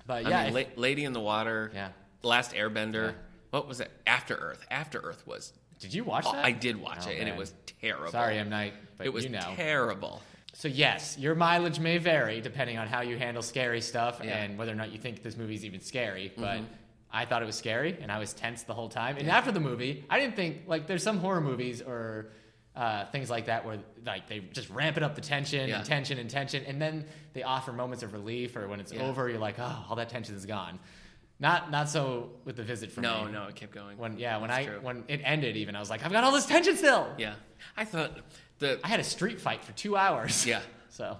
A: But
B: I
A: yeah,
B: mean,
A: if-
B: La- Lady in the Water.
A: Yeah.
B: Last Airbender.
A: Yeah.
B: What was it? After Earth. After Earth was.
A: did you watch
B: Oh,
A: that?
B: I did watch
A: Oh,
B: it, and
A: man.
B: it was terrible.
A: Sorry, M. Night, but
B: it was
A: you know.
B: terrible.
A: So yes, your mileage may vary depending on how you handle scary stuff
B: Yeah. Mm-hmm.
A: and whether or not you think this movie's even scary. But I thought it was scary, and I was tense the whole time. And after the movie, I didn't think like there's some horror movies or uh, things like that where like they just ramp it up the tension
B: Yeah.
A: and tension and tension, and then they offer moments of relief or when it's
B: Yeah.
A: over, you're like, oh, all that tension is gone. Not not so with the visit for
B: No,
A: me.
B: no, it kept going.
A: When yeah, when
B: That's
A: I
B: true.
A: when it ended, even I was like, I've got all this tension still.
B: yeah, I thought the
A: I had a street fight for two hours.
B: yeah
A: So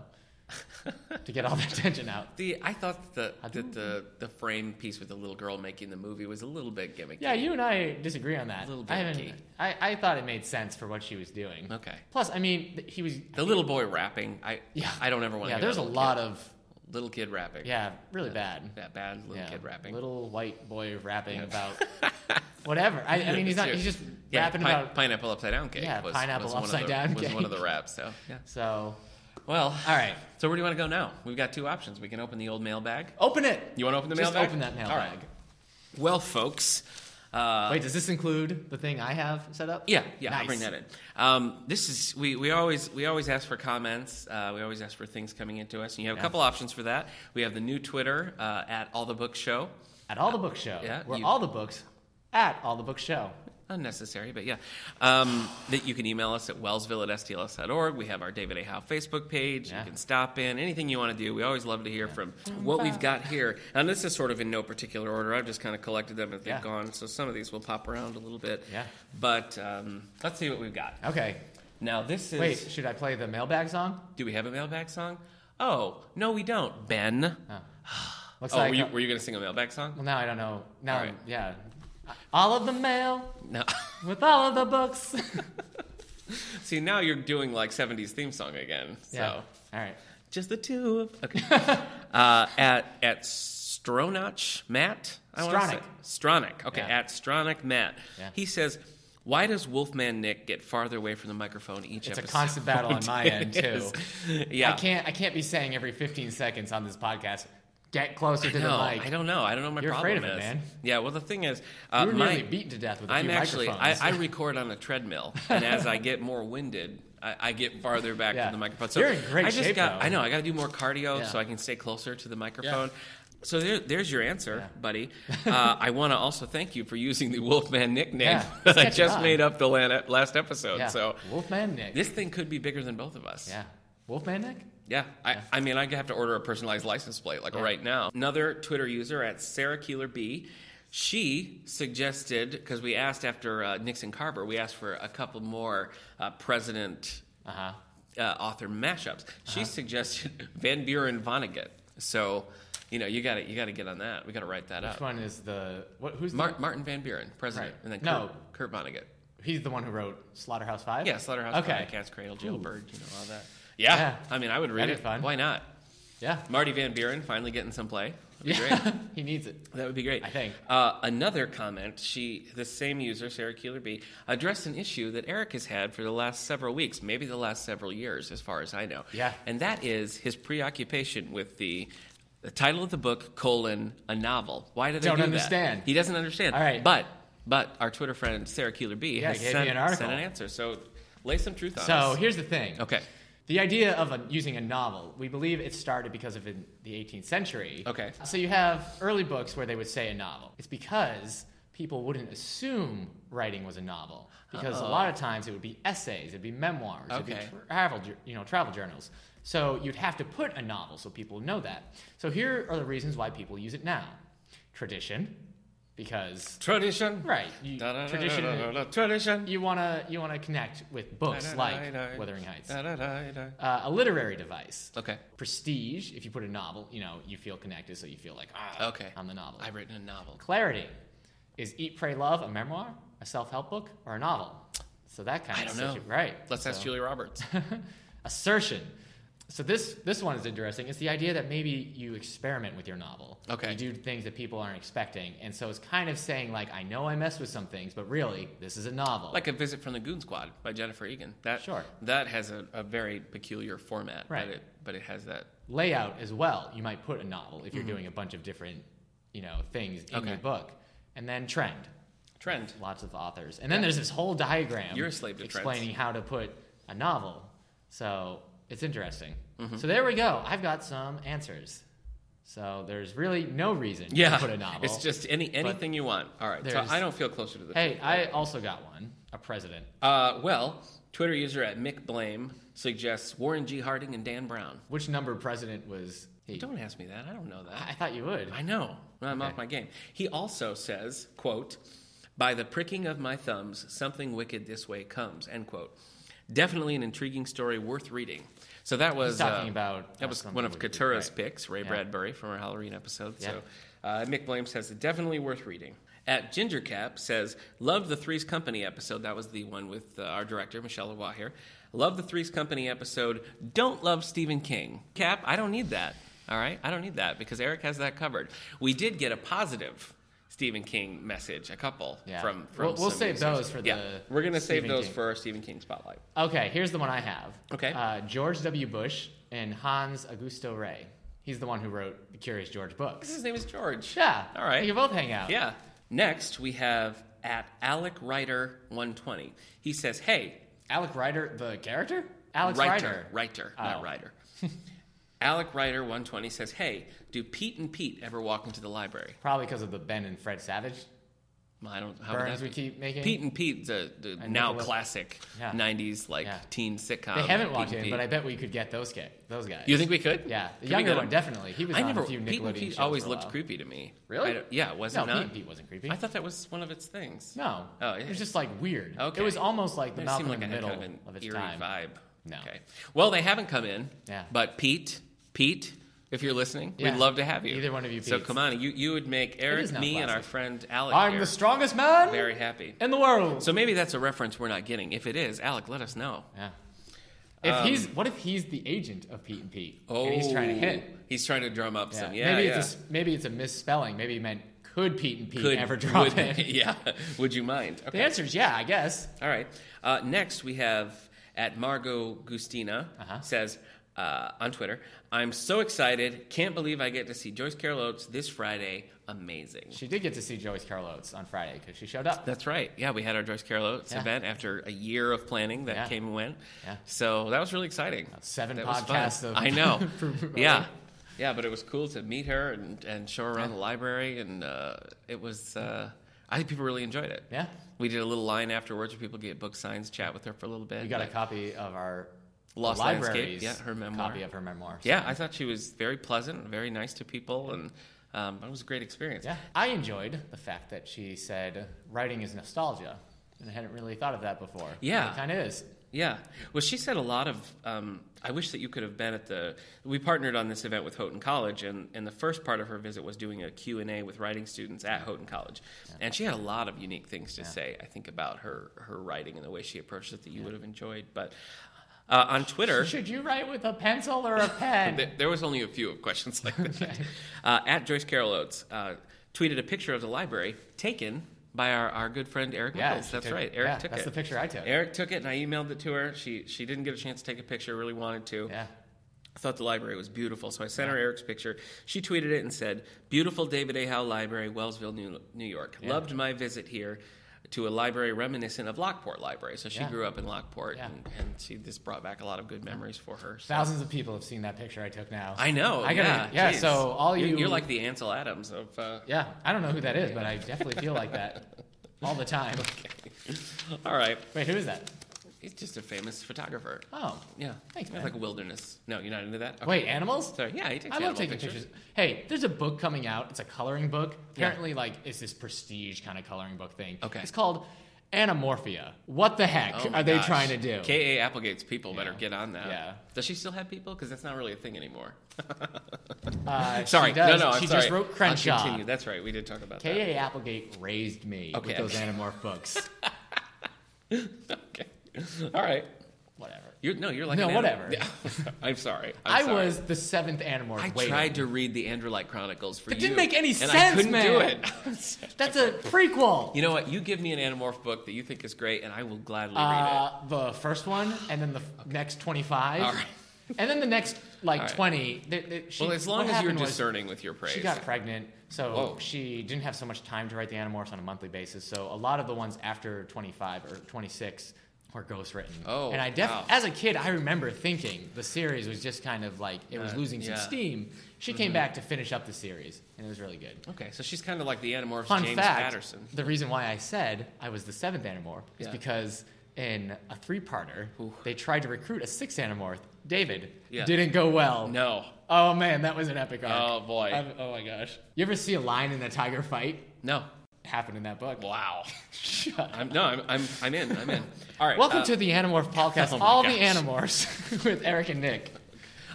A: to get all that tension out.
B: the I thought the
A: I
B: that the the frame piece with the little girl making the movie was a little bit gimmicky.
A: Yeah, you and I disagree on that.
B: A little
A: I haven't.
B: gimmicky.
A: I, I thought it made sense for what she was doing.
B: Okay.
A: Plus, I mean, th- he was.
B: The little boy rapping. I
A: Yeah.
B: I don't ever want.
A: yeah,
B: to hear
A: there's
B: that
A: a
B: little
A: lot
B: kid.
A: of
B: little kid rapping.
A: yeah, really bad.
B: That bad little
A: yeah,
B: kid rapping.
A: Little white boy rapping about whatever. I, I mean, he's not. He's just
B: Yeah,
A: rapping
B: pi-
A: about.
B: pineapple upside down cake.
A: Yeah,
B: was,
A: pineapple
B: was one of
A: upside
B: the-
A: down
B: was
A: cake.
B: one of the raps. So yeah.
A: So,
B: Well,
A: all right,
B: so where do you want to go now? We've got two options. We can open the old mailbag.
A: open it.
B: You want to open the
A: Just
B: mailbag?
A: open that
B: All
A: mailbag.
B: right. Well, folks. Uh,
A: Wait, does this include the thing I have set up?
B: Yeah, yeah,
A: nice.
B: I'll bring that in. Um, this is we, we always we always ask for comments. Uh, we always ask for things coming into us, and you have a couple options for that. We have the new Twitter uh, at All the Book Show.
A: At all the book show.
B: Yeah,
A: Where
B: you-
A: all the books at all the book show.
B: Unnecessary, but yeah. Um, that you can email us at wellsville at stls.org. We have our David A. Howe Facebook page.
A: Yeah.
B: You can stop in, anything you want to do. We always love to hear from what we've got here. And this is sort of in no particular order. I've just kind of collected them as they've
A: Yeah.
B: gone, so some of these will pop around a little bit.
A: Yeah.
B: But um, let's see what we've got.
A: Okay.
B: Now, this is.
A: Wait, should I play the mailbag song?
B: Do we have a mailbag song? Oh, no, we don't, Ben.
A: Looks
B: oh,
A: like
B: were you, were you going to sing a mailbag song?
A: Well, now I don't know. Now,
B: All right.
A: I'm yeah. All of the mail
B: No.
A: with all of the books.
B: See, now you're doing like 70s theme song again. So
A: yeah. All right.
B: just the two of. Okay. uh, at at Stronach Matt. I wanna
A: Stronach.
B: say- Stronach. Okay,
A: Yeah.
B: at Stronach Matt.
A: Yeah.
B: He says, "Why does Wolfman Nick get farther away from the microphone each
A: It's a
B: episode?"
A: constant battle on my end
B: It
A: too.
B: is. Yeah.
A: I can't. I can't be saying every 15 seconds on this podcast, "Get closer to
B: No,
A: the mic."
B: I don't know. I don't know what my
A: You're
B: problem
A: afraid of it,
B: is.
A: man.
B: Yeah. Well, the thing is, uh,
A: you were
B: my
A: nearly beaten to death with a
B: I'm
A: few
B: actually I,
A: microphones.
B: I record on a treadmill, and as I get more winded, I, I get farther back
A: Yeah.
B: from the microphone.
A: You're in great
B: I just
A: shape,
B: got
A: though.
B: I know I got to do more cardio
A: Yeah.
B: so I can stay closer to the microphone. So there, there's your answer,
A: Yeah.
B: buddy. Uh, I want to also thank you for using the Wolfman nickname
A: Yeah,
B: that I
A: catch it
B: just
A: on.
B: made up the lan- last episode.
A: Yeah.
B: So
A: Wolfman Nick.
B: this thing could be bigger than both of us.
A: yeah. Wolfman Nick?
B: Yeah, I, I mean, I have to order a personalized license plate like
A: Yeah.
B: right now. Another Twitter user at Sarah Keeler B. She suggested because we asked after uh, Nixon Carver, we asked for a couple more uh, president
A: Uh huh.
B: uh, author mashups.
A: Uh-huh.
B: She suggested Van Buren Vonnegut. So, you know, you got to you got to get on that. We got to write that
A: Which
B: up.
A: one is the what? Who's the,
B: Mar- Martin Van Buren, president,
A: Right.
B: and then Kurt,
A: No.
B: Kurt Vonnegut.
A: he's the one who wrote Slaughterhouse Five.
B: Yeah, Slaughterhouse,
A: Okay.
B: okay. Cat's Cradle, Jailbird, you know all that. Yeah,
A: Yeah.
B: I mean, I would read
A: That'd
B: it.
A: be fun.
B: Why not?
A: Yeah,
B: Marty Van Buren finally getting some play. That'd be
A: yeah.
B: great.
A: he needs it.
B: That would be great.
A: I think.
B: Uh, another comment, she, the same user, Sarah Keeler B, addressed an issue that Eric has had for the last several weeks, maybe the last several years, as far as I know.
A: Yeah.
B: And that is his preoccupation with the, the title of the book, colon, a novel. Why do they
A: Don't
B: do that?
A: understand.
B: He doesn't understand.
A: All right.
B: But, but our Twitter friend, Sarah Keeler B,
A: Yeah,
B: has
A: gave me
B: sent,
A: an article.
B: sent an answer. So lay some truth on
A: So
B: us.
A: here's the thing.
B: Okay.
A: The idea of a, using a novel, we believe it started because of in the 18th century.
B: Okay.
A: So you have early books where they would say a novel. It's because people wouldn't assume writing was a novel because a lot of times it would be essays, it'd be memoirs,
B: Okay.
A: it'd be travel, jour- you know, travel journals. So you'd have to put a novel so people know that. So here are the reasons why people use it now: tradition, because
B: Tradition.
A: right, you,
B: Da-da-da-da-da-da-da.
A: tradition.
B: Tradition.
A: You wanna you wanna connect with books like
B: Da-da-da-da-da.
A: Wuthering Heights.
B: Da-da-da-da.
A: Uh, a literary device
B: Okay.
A: prestige if you put a novel you know you feel connected so you feel like ah,
B: Okay.
A: i'm the novel
B: I've written a novel.
A: clarity is eat pray love a memoir a self-help book or a novel so that kind
B: I
A: of
B: don't know.
A: situ- right
B: Let's ask
A: So-
B: Julia Roberts.
A: assertion so this this one is interesting it's the idea that maybe you experiment with your novel
B: Okay.
A: you do things that people aren't expecting and so it's kind of saying like i know i mess with some things but really this is a novel
B: like a visit from the Goon Squad by Jennifer Egan. That
A: Sure.
B: That has a, a very peculiar format,
A: Right.
B: But it, but it has that.
A: layout as well. You might put a novel if you're doing a bunch of different, you know, things in
B: Mm-hmm. Okay.
A: your book, and then trend.
B: Trend.
A: Lots of authors, and then there's this whole diagram.
B: You're a slave to trends.
A: explaining how to put a novel. So it's interesting.
B: Mm-hmm.
A: So there we go. I've got some answers. So there's really no reason
B: Yeah,
A: to put a novel.
B: It's just any anything you want. All right, so
A: there's-
B: I don't feel closer to the.
A: hey, I also got one. A president.
B: Uh, well, Twitter user at Mick Blame suggests Warren G. Harding and Dan Brown.
A: Which number president was he?
B: Don't ask me that. I don't know that.
A: I thought you would.
B: I know. I'm
A: Okay.
B: off my game. He also says, quote, by the pricking of my thumbs, something wicked this way comes, end quote. Definitely an intriguing story worth reading. So that was
A: talking
B: uh,
A: about, uh,
B: that was
A: something
B: one of
A: wicked,
B: Katura's
A: right.
B: picks, Ray
A: Yeah.
B: Bradbury from our Halloween episode. So
A: Yeah.
B: uh, Mick Blame says definitely worth reading. At Gingercap says loved the Three's Company episode. That was the one with uh, our director Michelle Lewa here. Love the Three's Company episode. Don't love Stephen King. Cap, I don't need that. All right, I don't need that because Eric has that covered. We did get a positive Stephen King message, a couple
A: Yeah.
B: from from.
A: We'll- we'll
B: some
A: save
B: users.
A: those for
B: yeah.
A: the
B: We're gonna save
A: Stephen
B: those
A: King.
B: for our Stephen King spotlight.
A: Okay, here's the one I have.
B: Okay.
A: Uh, George W. Bush and Hans Augusto Rey. He's the one who wrote the Curious George books.
B: His name is George.
A: Yeah.
B: All right.
A: You both hang out.
B: Yeah. Next, we have at Alec Ryder 120. He says, Hey,
A: Alec Ryder, the character? Alex
B: writer,
A: Ryder.
B: writer,
A: Oh.
B: not writer. Alec Ryder 120 says, Hey, do Pete and Pete ever walk into the library?
A: Probably because of the Ben and Fred Savage.
B: Well, I don't. How would
A: Burns
B: Oh, that
A: we
B: be?
A: keep making.
B: Pete and Pete, the, the
A: And
B: now
A: Nicholas-
B: classic
A: Yeah.
B: 90s like
A: Yeah.
B: teen sitcom.
A: They haven't
B: Pete
A: walked
B: and
A: in,
B: Pete.
A: but I bet we could get those, ga- those guys.
B: You think we could?
A: Yeah. The
B: Could we
A: younger
B: get
A: one,
B: him?
A: definitely. He was
B: I
A: on
B: never.
A: a few
B: Pete and
A: Nickelodeon shows
B: Pete always
A: for a
B: looked
A: while.
B: creepy to me.
A: Really?
B: I don't- yeah, was
A: No,
B: it not?
A: Pete and Pete wasn't creepy.
B: I thought that was one of its things.
A: no.
B: Oh,
A: it
B: yeah.
A: was just like weird.
B: Okay.
A: It was almost like the
B: It
A: Malcolm
B: seemed like
A: in
B: it
A: the Middle
B: had kind of an
A: of its
B: eerie
A: time.
B: vibe.
A: No.
B: Okay. Well, they haven't come in.
A: Yeah.
B: But Pete, Pete, if you're listening,
A: Yeah.
B: we'd love to have you.
A: Either one of you
B: So
A: Petes.
B: come on, you you would make
A: is
B: Eric,
A: not
B: me, and our
A: plastic.
B: friend Alec
A: I'm
B: here
A: the strongest man
B: very happy.
A: in the world.
B: So maybe that's a reference we're not getting. If it is, Alec, let us know.
A: Yeah. If
B: Um,
A: he's what if he's the agent of Pete and Pete and he's trying to hit?
B: Oh, He's trying to drum up
A: Yeah.
B: some. Oh, Yeah,
A: maybe it's
B: yeah.
A: a, s- maybe it's a misspelling. Maybe he meant could Pete and Pete
B: Could-
A: ever drop
B: would-
A: it?
B: Yeah. Would you mind?
A: The answer is yeah, I guess.
B: All right. Uh, next, we have at Margot Gustina
A: Uh-huh.
B: says uh, on Twitter, "I'm so excited! Can't believe I get to see Joyce Carol Oates this Friday. Amazing."
A: She did get to see Joyce Carol Oates on Friday because she showed up.
B: That's right. Yeah, we had our Joyce Carol Oates
A: Yeah.
B: event after a year of planning that
A: Yeah.
B: came and went.
A: Yeah.
B: So that was really exciting.
A: Seven
B: That was fun.
A: podcasts of
B: I know.
A: for-
B: yeah. Yeah, but it was cool to meet her and, and show her around the library, and uh, it was. Uh, I think people really enjoyed it.
A: Yeah.
B: We did a little line afterwards where people get book signs, chat with her for a little bit.
A: We got a
B: like,
A: copy of our
B: Lost Landscape,
A: library's
B: yeah, her memoir.
A: copy of her memoir.
B: yeah, I thought she was very pleasant, and very nice to people, and um, it was a great experience.
A: Yeah. I enjoyed the fact that she said writing is nostalgia. And I hadn't really thought of that before.
B: Yeah.
A: And It kind of is.
B: Yeah. Well, she said a lot of. Um, I wish that you could have been at the. We partnered on this event with Houghton College, and, and the first part of her visit was doing a Q and A with writing students at Houghton College, and she had a lot of unique things to say. I think about her her writing and the way she approached it that you would have enjoyed. But uh, on Twitter,
A: Should you write with a pencil or a pen?
B: There, there was only a few of questions like that. uh, at Joyce Carol Oates uh, tweeted a picture of the library taken by our, our good friend Eric
A: Yeah,
B: Nichols.
A: she
B: That's
A: took-
B: right. Eric
A: yeah,
B: took
A: that's
B: it.
A: the picture I took.
B: Eric took it, and I emailed it to her. She she didn't get a chance to take a picture. Really wanted to.
A: yeah.
B: I thought the library was beautiful, so I sent her Eric's picture. She tweeted it and said, "Beautiful David A. Howe Library, Wellsville, New, New York. Loved my visit here." To a library reminiscent of Lockport Library, so she
A: Yeah.
B: grew up in Lockport,
A: Yeah.
B: and, and she this brought back a lot of good memories for her. So.
A: Thousands of people have seen that picture I took now.
B: I know.
A: I gotta-
B: yeah.
A: yeah,
B: geez.
A: so all
B: You're-
A: you-
B: you're like the Ansel Adams of. Uh,
A: Yeah, I don't know who that is, but I definitely feel like that all the time.
B: all right,
A: Wait, who is that?
B: he's just a famous photographer.
A: Oh,
B: Yeah,
A: Thanks, man.
B: Like a wilderness. No, you're not into that. Okay.
A: wait, animals?
B: Sorry. Yeah, he takes
A: I love
B: animal
A: taking
B: pictures.
A: pictures. Hey, there's a book coming out. It's a coloring book. Apparently, like, it's this prestige kind of coloring book thing.
B: Okay.
A: It's called Anamorphia. What the heck
B: Oh my
A: are they
B: gosh.
A: trying to do?
B: K.A. Applegate's people better
A: Yeah.
B: get on that.
A: Yeah.
B: Does she still have people? Because that's not really a thing anymore.
A: Uh, she
B: Sorry.
A: does.
B: No, no. I'm
A: she
B: sorry.
A: just wrote
B: I'll
A: Crenshaw.
B: continue. That's right. We did talk about
A: K.A. Applegate raised me
B: Okay.
A: with those Animorph books.
B: that. Okay. All right.
A: Whatever.
B: You're no. You're like
A: No,
B: an anim-
A: whatever.
B: Yeah. I'm sorry.
A: i
B: I'm sorry.
A: was the seventh Animorph.
B: I
A: waiting.
B: tried to read the Androlite Chronicles for
A: That
B: you.
A: didn't make any
B: and I
A: sense,
B: couldn't do
A: man.
B: it. I'm sorry.
A: That's a prequel.
B: You know what? You give me an Animorph book that you think is great, and I will gladly read
A: Uh, the first one, and then the f- next twenty-five,
B: All right.
A: and then the next like
B: All right.
A: twenty. th- th-
B: it.
A: she-
B: Well, as long
A: what
B: as you're
A: happened was
B: discerning with your praise.
A: She got pregnant, so
B: Whoa.
A: she didn't have so much time to write the Animorphs on a monthly basis. So a lot of the ones after twenty-five or twenty-six were ghostwritten.
B: Oh,
A: and I def-
B: wow.
A: as a kid, I remember thinking the series was just kind of like it was
B: Uh,
A: losing
B: yeah. Mm-hmm.
A: some steam. She came back to finish up the series, and it was really good.
B: Okay, so she's kind of like the Animorphs
A: Fun
B: James
A: fact:
B: Patterson.
A: the reason why I said I was the seventh Animorph is
B: Yeah.
A: because in a three-parter,
B: Ooh.
A: they tried to recruit a sixth Animorph. David
B: Yeah.
A: didn't go well.
B: No.
A: Oh man, that was an epic arc.
B: Oh boy.
A: I'm-
B: oh my gosh.
A: You ever see a lion in a tiger fight?
B: No.
A: It happened in that book.
B: Wow.
A: Shut up.
B: I'm no. I'm. I'm. I'm in. I'm in. All right.
A: Welcome
B: uh,
A: to the Animorph podcast,
B: oh my
A: all the
B: gosh.
A: Animorphs with Eric and Nick.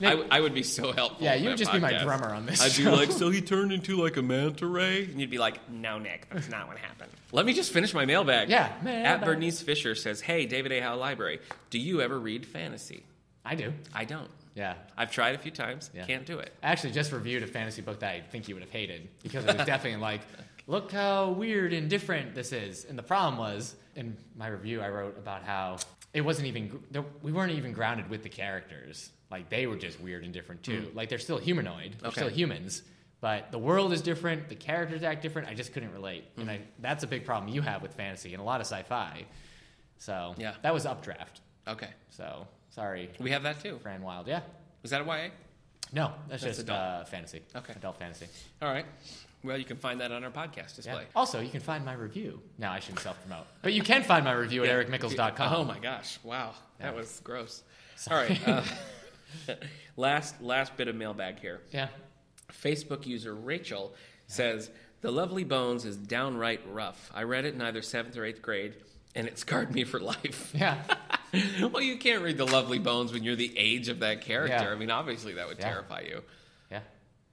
B: I, w- I would be so helpful.
A: Yeah,
B: on
A: you would
B: that
A: just be my
B: podcast.
A: drummer on this
B: I'd be
A: show.
B: like, so he turned into like a manta ray, and you'd be like, no, Nick, that's not what happened. Let me just finish my mailbag.
A: Yeah,
B: At
A: mailbag.
B: Bernice Fisher says, "Hey, David A. Howe Library, do you ever read fantasy?
A: I do.
B: I don't.
A: Yeah.
B: I've tried a few times.
A: Yeah.
B: Can't do it.
A: I actually just reviewed a fantasy book that I think you would have hated because it was definitely like, look how weird and different this is. And the problem was, in my review, I wrote about how it wasn't even, gr- there- we weren't even grounded with the characters. Like, they were just weird and different too. Like, they're still humanoid, they're
B: Mm. Okay.
A: still humans, but the world is different, the characters act different. I just couldn't relate.
B: Mm.
A: And I, that's a big problem you have with fantasy and a lot of sci fi. So,
B: Yeah.
A: that was updraft.
B: Okay,
A: So, sorry,
B: we have that too.
A: Fran Wild. Yeah.
B: Was that a YA?
A: No, that's,
B: That's
A: just
B: adult.
A: uh, fantasy.
B: Okay.
A: Adult fantasy.
B: All right. Well, you can find that on our podcast display.
A: Yeah. Also, you can find my review. No, I shouldn't self promote. But you can find my review
B: Yeah.
A: at ericmickles.com.
B: Oh my gosh! Wow, that was gross.
A: Sorry.
B: All right. Uh, last last bit of mailbag here.
A: Yeah.
B: Facebook user Rachel says the Lovely Bones is downright rough. I read it in either seventh or eighth grade, and it scarred me for life.
A: Yeah.
B: well, you can't read the Lovely Bones when you're the age of that character.
A: Yeah.
B: I mean, obviously that would
A: Yeah.
B: terrify you.
A: Yeah.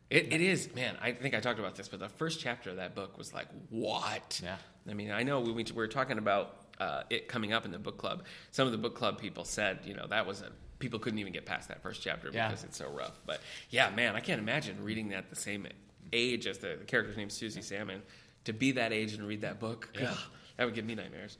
B: It, it is, man. I think I talked about this, but the first chapter of that book was like, what?
A: Yeah.
B: I mean, I know we, we were talking about uh, it coming up in the book club. Some of the book club people said, you know, that was a people couldn't even get past that first chapter
A: Yeah.
B: because it's so rough. But yeah, man, I can't imagine reading that the same age as the, the character's name, Susie Salmon, to be that age and read that book.
A: Yeah.
B: Ugh, that would give me nightmares.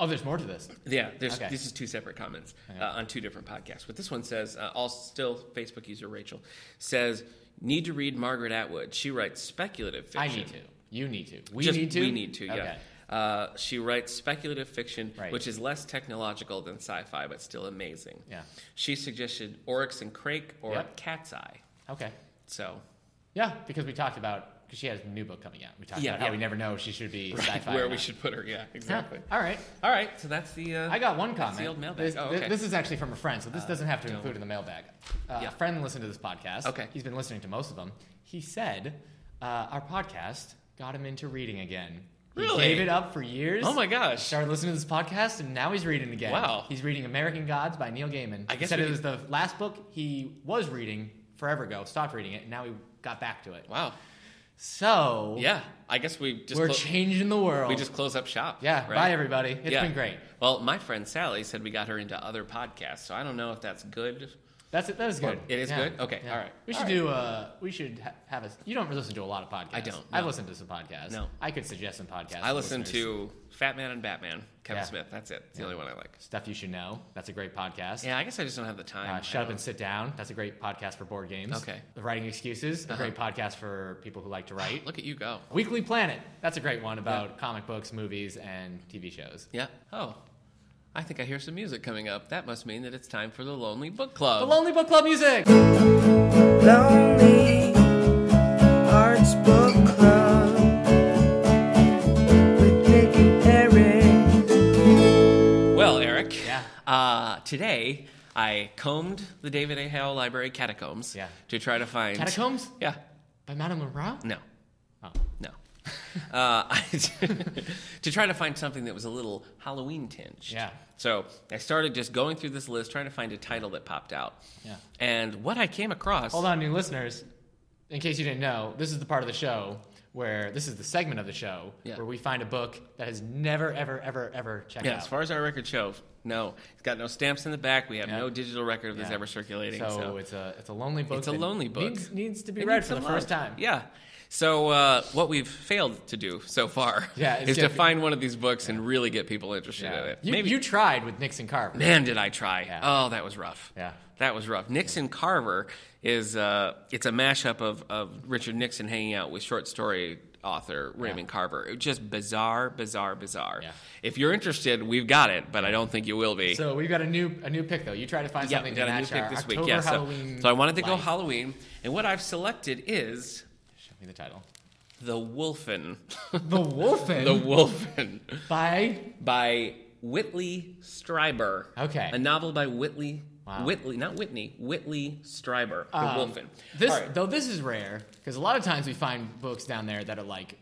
A: Oh, there's more to this.
B: Yeah, there's,
A: Okay.
B: this is two separate comments uh, on two different podcasts. But this one says, uh, all still Facebook user Rachel says, need to read Margaret Atwood. She writes speculative fiction.
A: I need to. You need to. We
B: Just-
A: need to.
B: We need to, yeah.
A: Okay.
B: Uh, she writes speculative fiction,
A: Right.
B: which is less technological than sci-fi, but still amazing.
A: Yeah.
B: She suggested Oryx and Crake or
A: Yep.
B: Cat's Eye.
A: Okay.
B: So
A: Yeah, because we talked about because she has a new book coming out. We talked
B: Yeah,
A: about how
B: yeah.
A: we never know if she should be sci-fi. or
B: where we
A: not.
B: should put her? Yeah,
A: Yeah,
B: exactly.
A: All right.
B: All right, so that's the. Uh,
A: I got one comment.
B: the old mailbag.
A: This,
B: Oh,
A: thi-
B: okay. Uh,
A: this is actually from a friend, so this doesn't have to
B: don't.
A: include in the mailbag. Uh,
B: Yeah.
A: A friend listened to this podcast.
B: Okay.
A: He's been listening to most of them. He said uh, our podcast got him into reading again. He
B: Really?
A: gave it up for years.
B: Oh my gosh!
A: Started listening to this podcast, and now he's reading again.
B: Wow.
A: He's reading American Gods by Neil Gaiman.
B: I
A: He
B: guess
A: said
B: we
A: it was the last book he was reading forever ago, stopped reading it, and now he got back to it.
B: Wow.
A: So
B: Yeah, I guess we just
A: we're
B: clo-
A: changing the world.
B: we just close up shop.
A: Oh. yeah.
B: right?
A: Bye, everybody. It's
B: Yeah.
A: been great.
B: Well, my friend Sally said we got her into other podcasts, so I don't know if that's good.
A: That's it. That is good.
B: It is good? Okay, all right.
A: We
B: All
A: should
B: right.
A: do. Uh, we should ha- have a. You don't listen to a lot of podcasts.
B: I don't,
A: I've
B: no.
A: listened to some podcasts.
B: No.
A: I could suggest some podcasts.
B: I listened
A: listeners.
B: to Fat Man and Batman, Kevin
A: Yeah.
B: Smith. That's it. It's the only one I like.
A: stuff you should know. That's a great podcast.
B: Yeah, I guess I just don't have the time.
A: Uh,
B: I
A: Shut up
B: don't-
A: and sit down. That's a great podcast for board games.
B: Okay. Uh-huh.
A: The writing excuses. A great podcast for people who like to write.
B: Look at you go.
A: Weekly Planet. That's a great one about comic books, movies, and TV shows.
B: Yeah. Oh, I think I hear some music coming up. That must mean that it's time for the Lonely Book Club.
A: The Lonely Book Club music.
C: Lonely Hearts Book Club with Nick and Eric.
B: Well, Eric.
A: Yeah.
B: Uh, today I combed the David A. Hale Library catacombs.
A: Yeah.
B: To try to find
A: Catacombs
B: Yeah.
A: by Madame Leroux.
B: No.
A: Oh.
B: No. uh, I- to try to find something that was a little Halloween tinged.
A: Yeah.
B: So I started just going through this list, trying to find a title that popped out.
A: Yeah.
B: And what I came across.
A: Hold on, new listeners. In case you didn't know, this is the part of the show where this is the segment of the show
B: Yeah.
A: where we find a book that has never, ever, ever, ever checked
B: Yeah,
A: out.
B: as far as our record show, no. It's got no stamps in the back. We have
A: Yeah.
B: no digital record of this
A: Yeah.
B: ever circulating.
A: so,
B: So,
A: it's a it's a lonely book.
B: It's a
A: that
B: lonely book.
A: Needs, needs to be
B: It
A: read
B: needs
A: for the
B: some
A: first
B: love.
A: time.
B: Yeah. So uh, what we've failed to do so far
A: Yeah, it's
B: is to
A: get-
B: find one of these books and really get people interested in it.
A: You, you tried with Nixon Carver.
B: Man, did I try!
A: Yeah.
B: Oh, that was rough.
A: Yeah.
B: that was rough. Nixon Carver is uh, it's a mashup of of Richard Nixon hanging out with short story author Raymond Carver. It- Just bizarre, bizarre, bizarre.
A: Yeah.
B: If you're interested, we've got it, but I don't think you will be.
A: So we've got a new a new pick though. You try to find
B: yeah, we
A: something
B: got
A: to
B: a new
A: match
B: pick
A: our
B: this
A: October
B: week. Yeah, so,
A: Halloween.
B: so I wanted to go
A: life.
B: Halloween, and what I've selected is
A: Show me the title.
B: the Wolfen.
A: The Wolfen
B: The Wolfen
A: by
B: by Whitley Strieber.
A: Okay.
B: A novel by Whitley.
A: Wow.
B: Whitley, not Whitney. Whitley Strieber. The
A: Um,
B: Wolfen.
A: This
B: All right.
A: though this is rare because a lot of times we find books down there that are like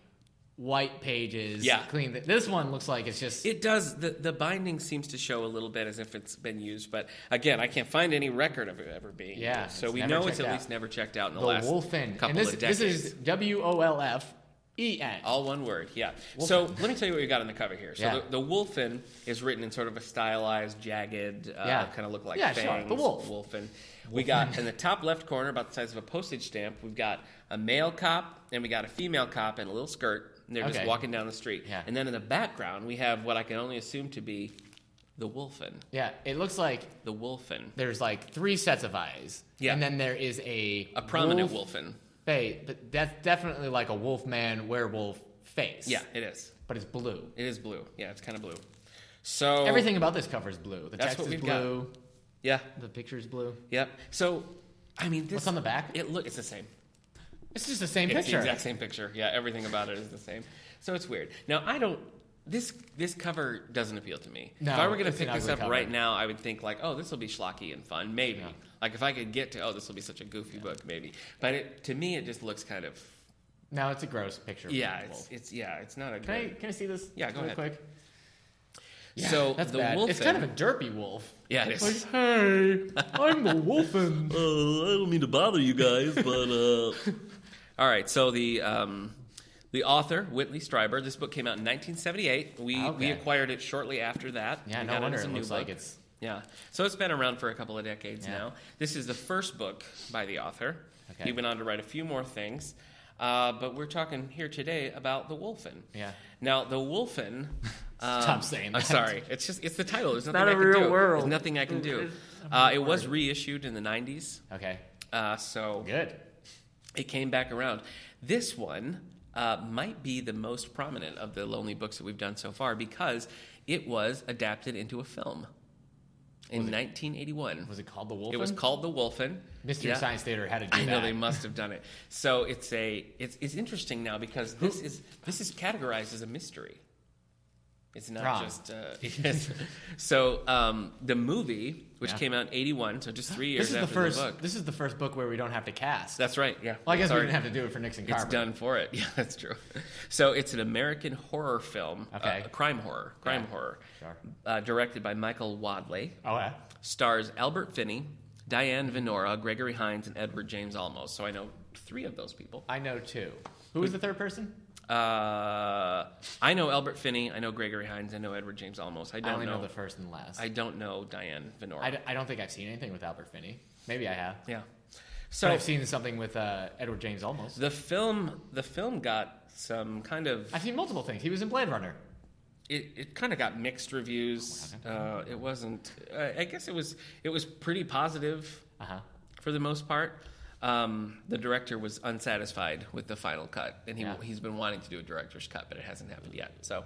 A: white pages,
B: Yeah.
A: clean. This one looks like it's just
B: It does. The, the binding seems to show a little bit as if it's been used, but again, I can't find any record of it ever being
A: Yeah,
B: used. So
A: it's
B: we
A: never
B: know it's
A: checked
B: at
A: out.
B: least never checked out in the,
A: the
B: last
A: Wolfen,
B: couple
A: and this
B: of decades. Oh.
A: this is W O L F E N.
B: All one word, yeah. So let me tell you what we got on the cover here. So
A: Yeah.
B: the, the wolfen is written in sort of a stylized, jagged, uh,
A: Yeah.
B: kind of look like
A: Yeah, sure.
B: fangs.
A: The wolf.
B: Wolfen. We got in the top left corner, about the size of a postage stamp, we've got a male cop and we got a female cop in a little skirt. And they're
A: Okay.
B: just walking down the street.
A: Yeah.
B: And then in the background, we have what I can only assume to be the wolfen.
A: Yeah, it looks like
B: The wolfen.
A: there's like three sets of eyes,
B: Yeah.
A: and then there is a
B: A prominent
A: wolf
B: wolfen.
A: face, but that's definitely like a wolf man werewolf face.
B: Yeah, Oh. it is.
A: but it's blue.
B: It is blue. Yeah, it's kind of blue. So
A: Everything about this cover is blue. The
B: That's
A: text
B: what
A: is
B: we've got.
A: blue.
B: Yeah.
A: The picture is blue.
B: Yep. So, I mean, this
A: What's on the back?
B: It look. It's the same.
A: It's just the same
B: It's
A: picture.
B: the exact same picture. Yeah, everything about it is the same. So it's weird. Now I don't. This this cover doesn't appeal to me.
A: No,
B: if I were gonna
A: it's an
B: pick this
A: ugly
B: up
A: cover.
B: right now, I would think like, oh, this will be schlocky and fun, maybe.
A: Yeah.
B: Like if I could get to, oh, this will be such a goofy book, maybe. But it, to me, it just looks kind of
A: No, it's a gross picture. of
B: yeah.
A: a
B: It's,
A: wolf.
B: it's yeah. It's not a
A: Can I
B: good.
A: can I see this?
B: Yeah, go
A: really
B: ahead.
A: Quick.
B: so
A: That's
B: the
A: bad.
B: wolf.
A: It's kind of a derpy wolf.
B: yeah. It is.
A: Like, hey, I'm the wolfen.
B: uh, I don't mean to bother you guys, but uh... all right. So the um, the author Whitley Strieber. This book came out in 1978. We we
A: Okay.
B: acquired it shortly after that.
A: Yeah,
B: We
A: no
B: got
A: wonder
B: as a
A: it
B: new
A: looks like
B: book.
A: it's.
B: Yeah, so it's been around for a couple of decades
A: Yeah.
B: now. This is the first book by the author.
A: Okay.
B: He went on to write a few more things, uh, but we're talking here today about the Wolfen.
A: Yeah.
B: Now the Wolfen.
A: Stop
B: um,
A: saying
B: I'm
A: that.
B: sorry. It's just it's the title. There's nothing
C: not
B: I
C: a
B: can
C: real
B: do.
C: world.
B: There's nothing I can do. Uh, it was reissued in the 90s.
A: Okay,
B: Uh, so
A: good.
B: it came back around. This one uh, might be the most prominent of the Lonely Books that we've done so far because it was adapted into a film. in 1981.
A: Was it called The Wolf?
B: It was called The Wolfen.
A: Mystery
B: Yeah.
A: Science Theater had to do
B: I
A: that.
B: know they must have done it. So it's a it's it's interesting now because this is this is categorized as a mystery. It's not
A: Wrong.
B: just uh, yes. so um, the movie which
A: Yeah.
B: came out in eighty one, so just three years
A: this is
B: after
A: the first.
B: book.
A: This is the first book where we don't have to cast.
B: That's right. Yeah.
A: well, I guess
B: It's
A: we
B: already-
A: didn't have to do it for Nixon
B: It's
A: Carver.
B: done for it. Yeah, that's true. So it's an American horror film, uh,
A: Okay.
B: crime horror, crime
A: Yeah.
B: horror,
A: Sure.
B: uh, directed by Michael Wadley.
A: Oh, yeah.
B: stars Albert Finney, Diane Venora, Gregory Hines, and Edward James Olmos. So I know three of those people.
A: I know two. Who was the third person?
B: Uh, I know Albert Finney. I know Gregory Hines. I know Edward James Olmos. I
A: I
B: don't
A: only
B: know.
A: know. the first and last.
B: I don't know Diane Venora.
A: I, d- I don't think I've seen anything with Albert Finney. Maybe I have.
B: yeah.
A: So
B: So
A: but I've seen something with uh, Edward James Olmos.
B: the film, the film got some kind of
A: I've seen multiple things. He was in Blade Runner.
B: it, it kind of got mixed reviews. Uh, it wasn't. Uh, I guess it was. It was pretty positive
A: Uh huh.
B: for the most part. Um, the director was unsatisfied with the final cut, and he
A: Yeah.
B: he's been wanting to do a director's cut, but it hasn't happened yet. So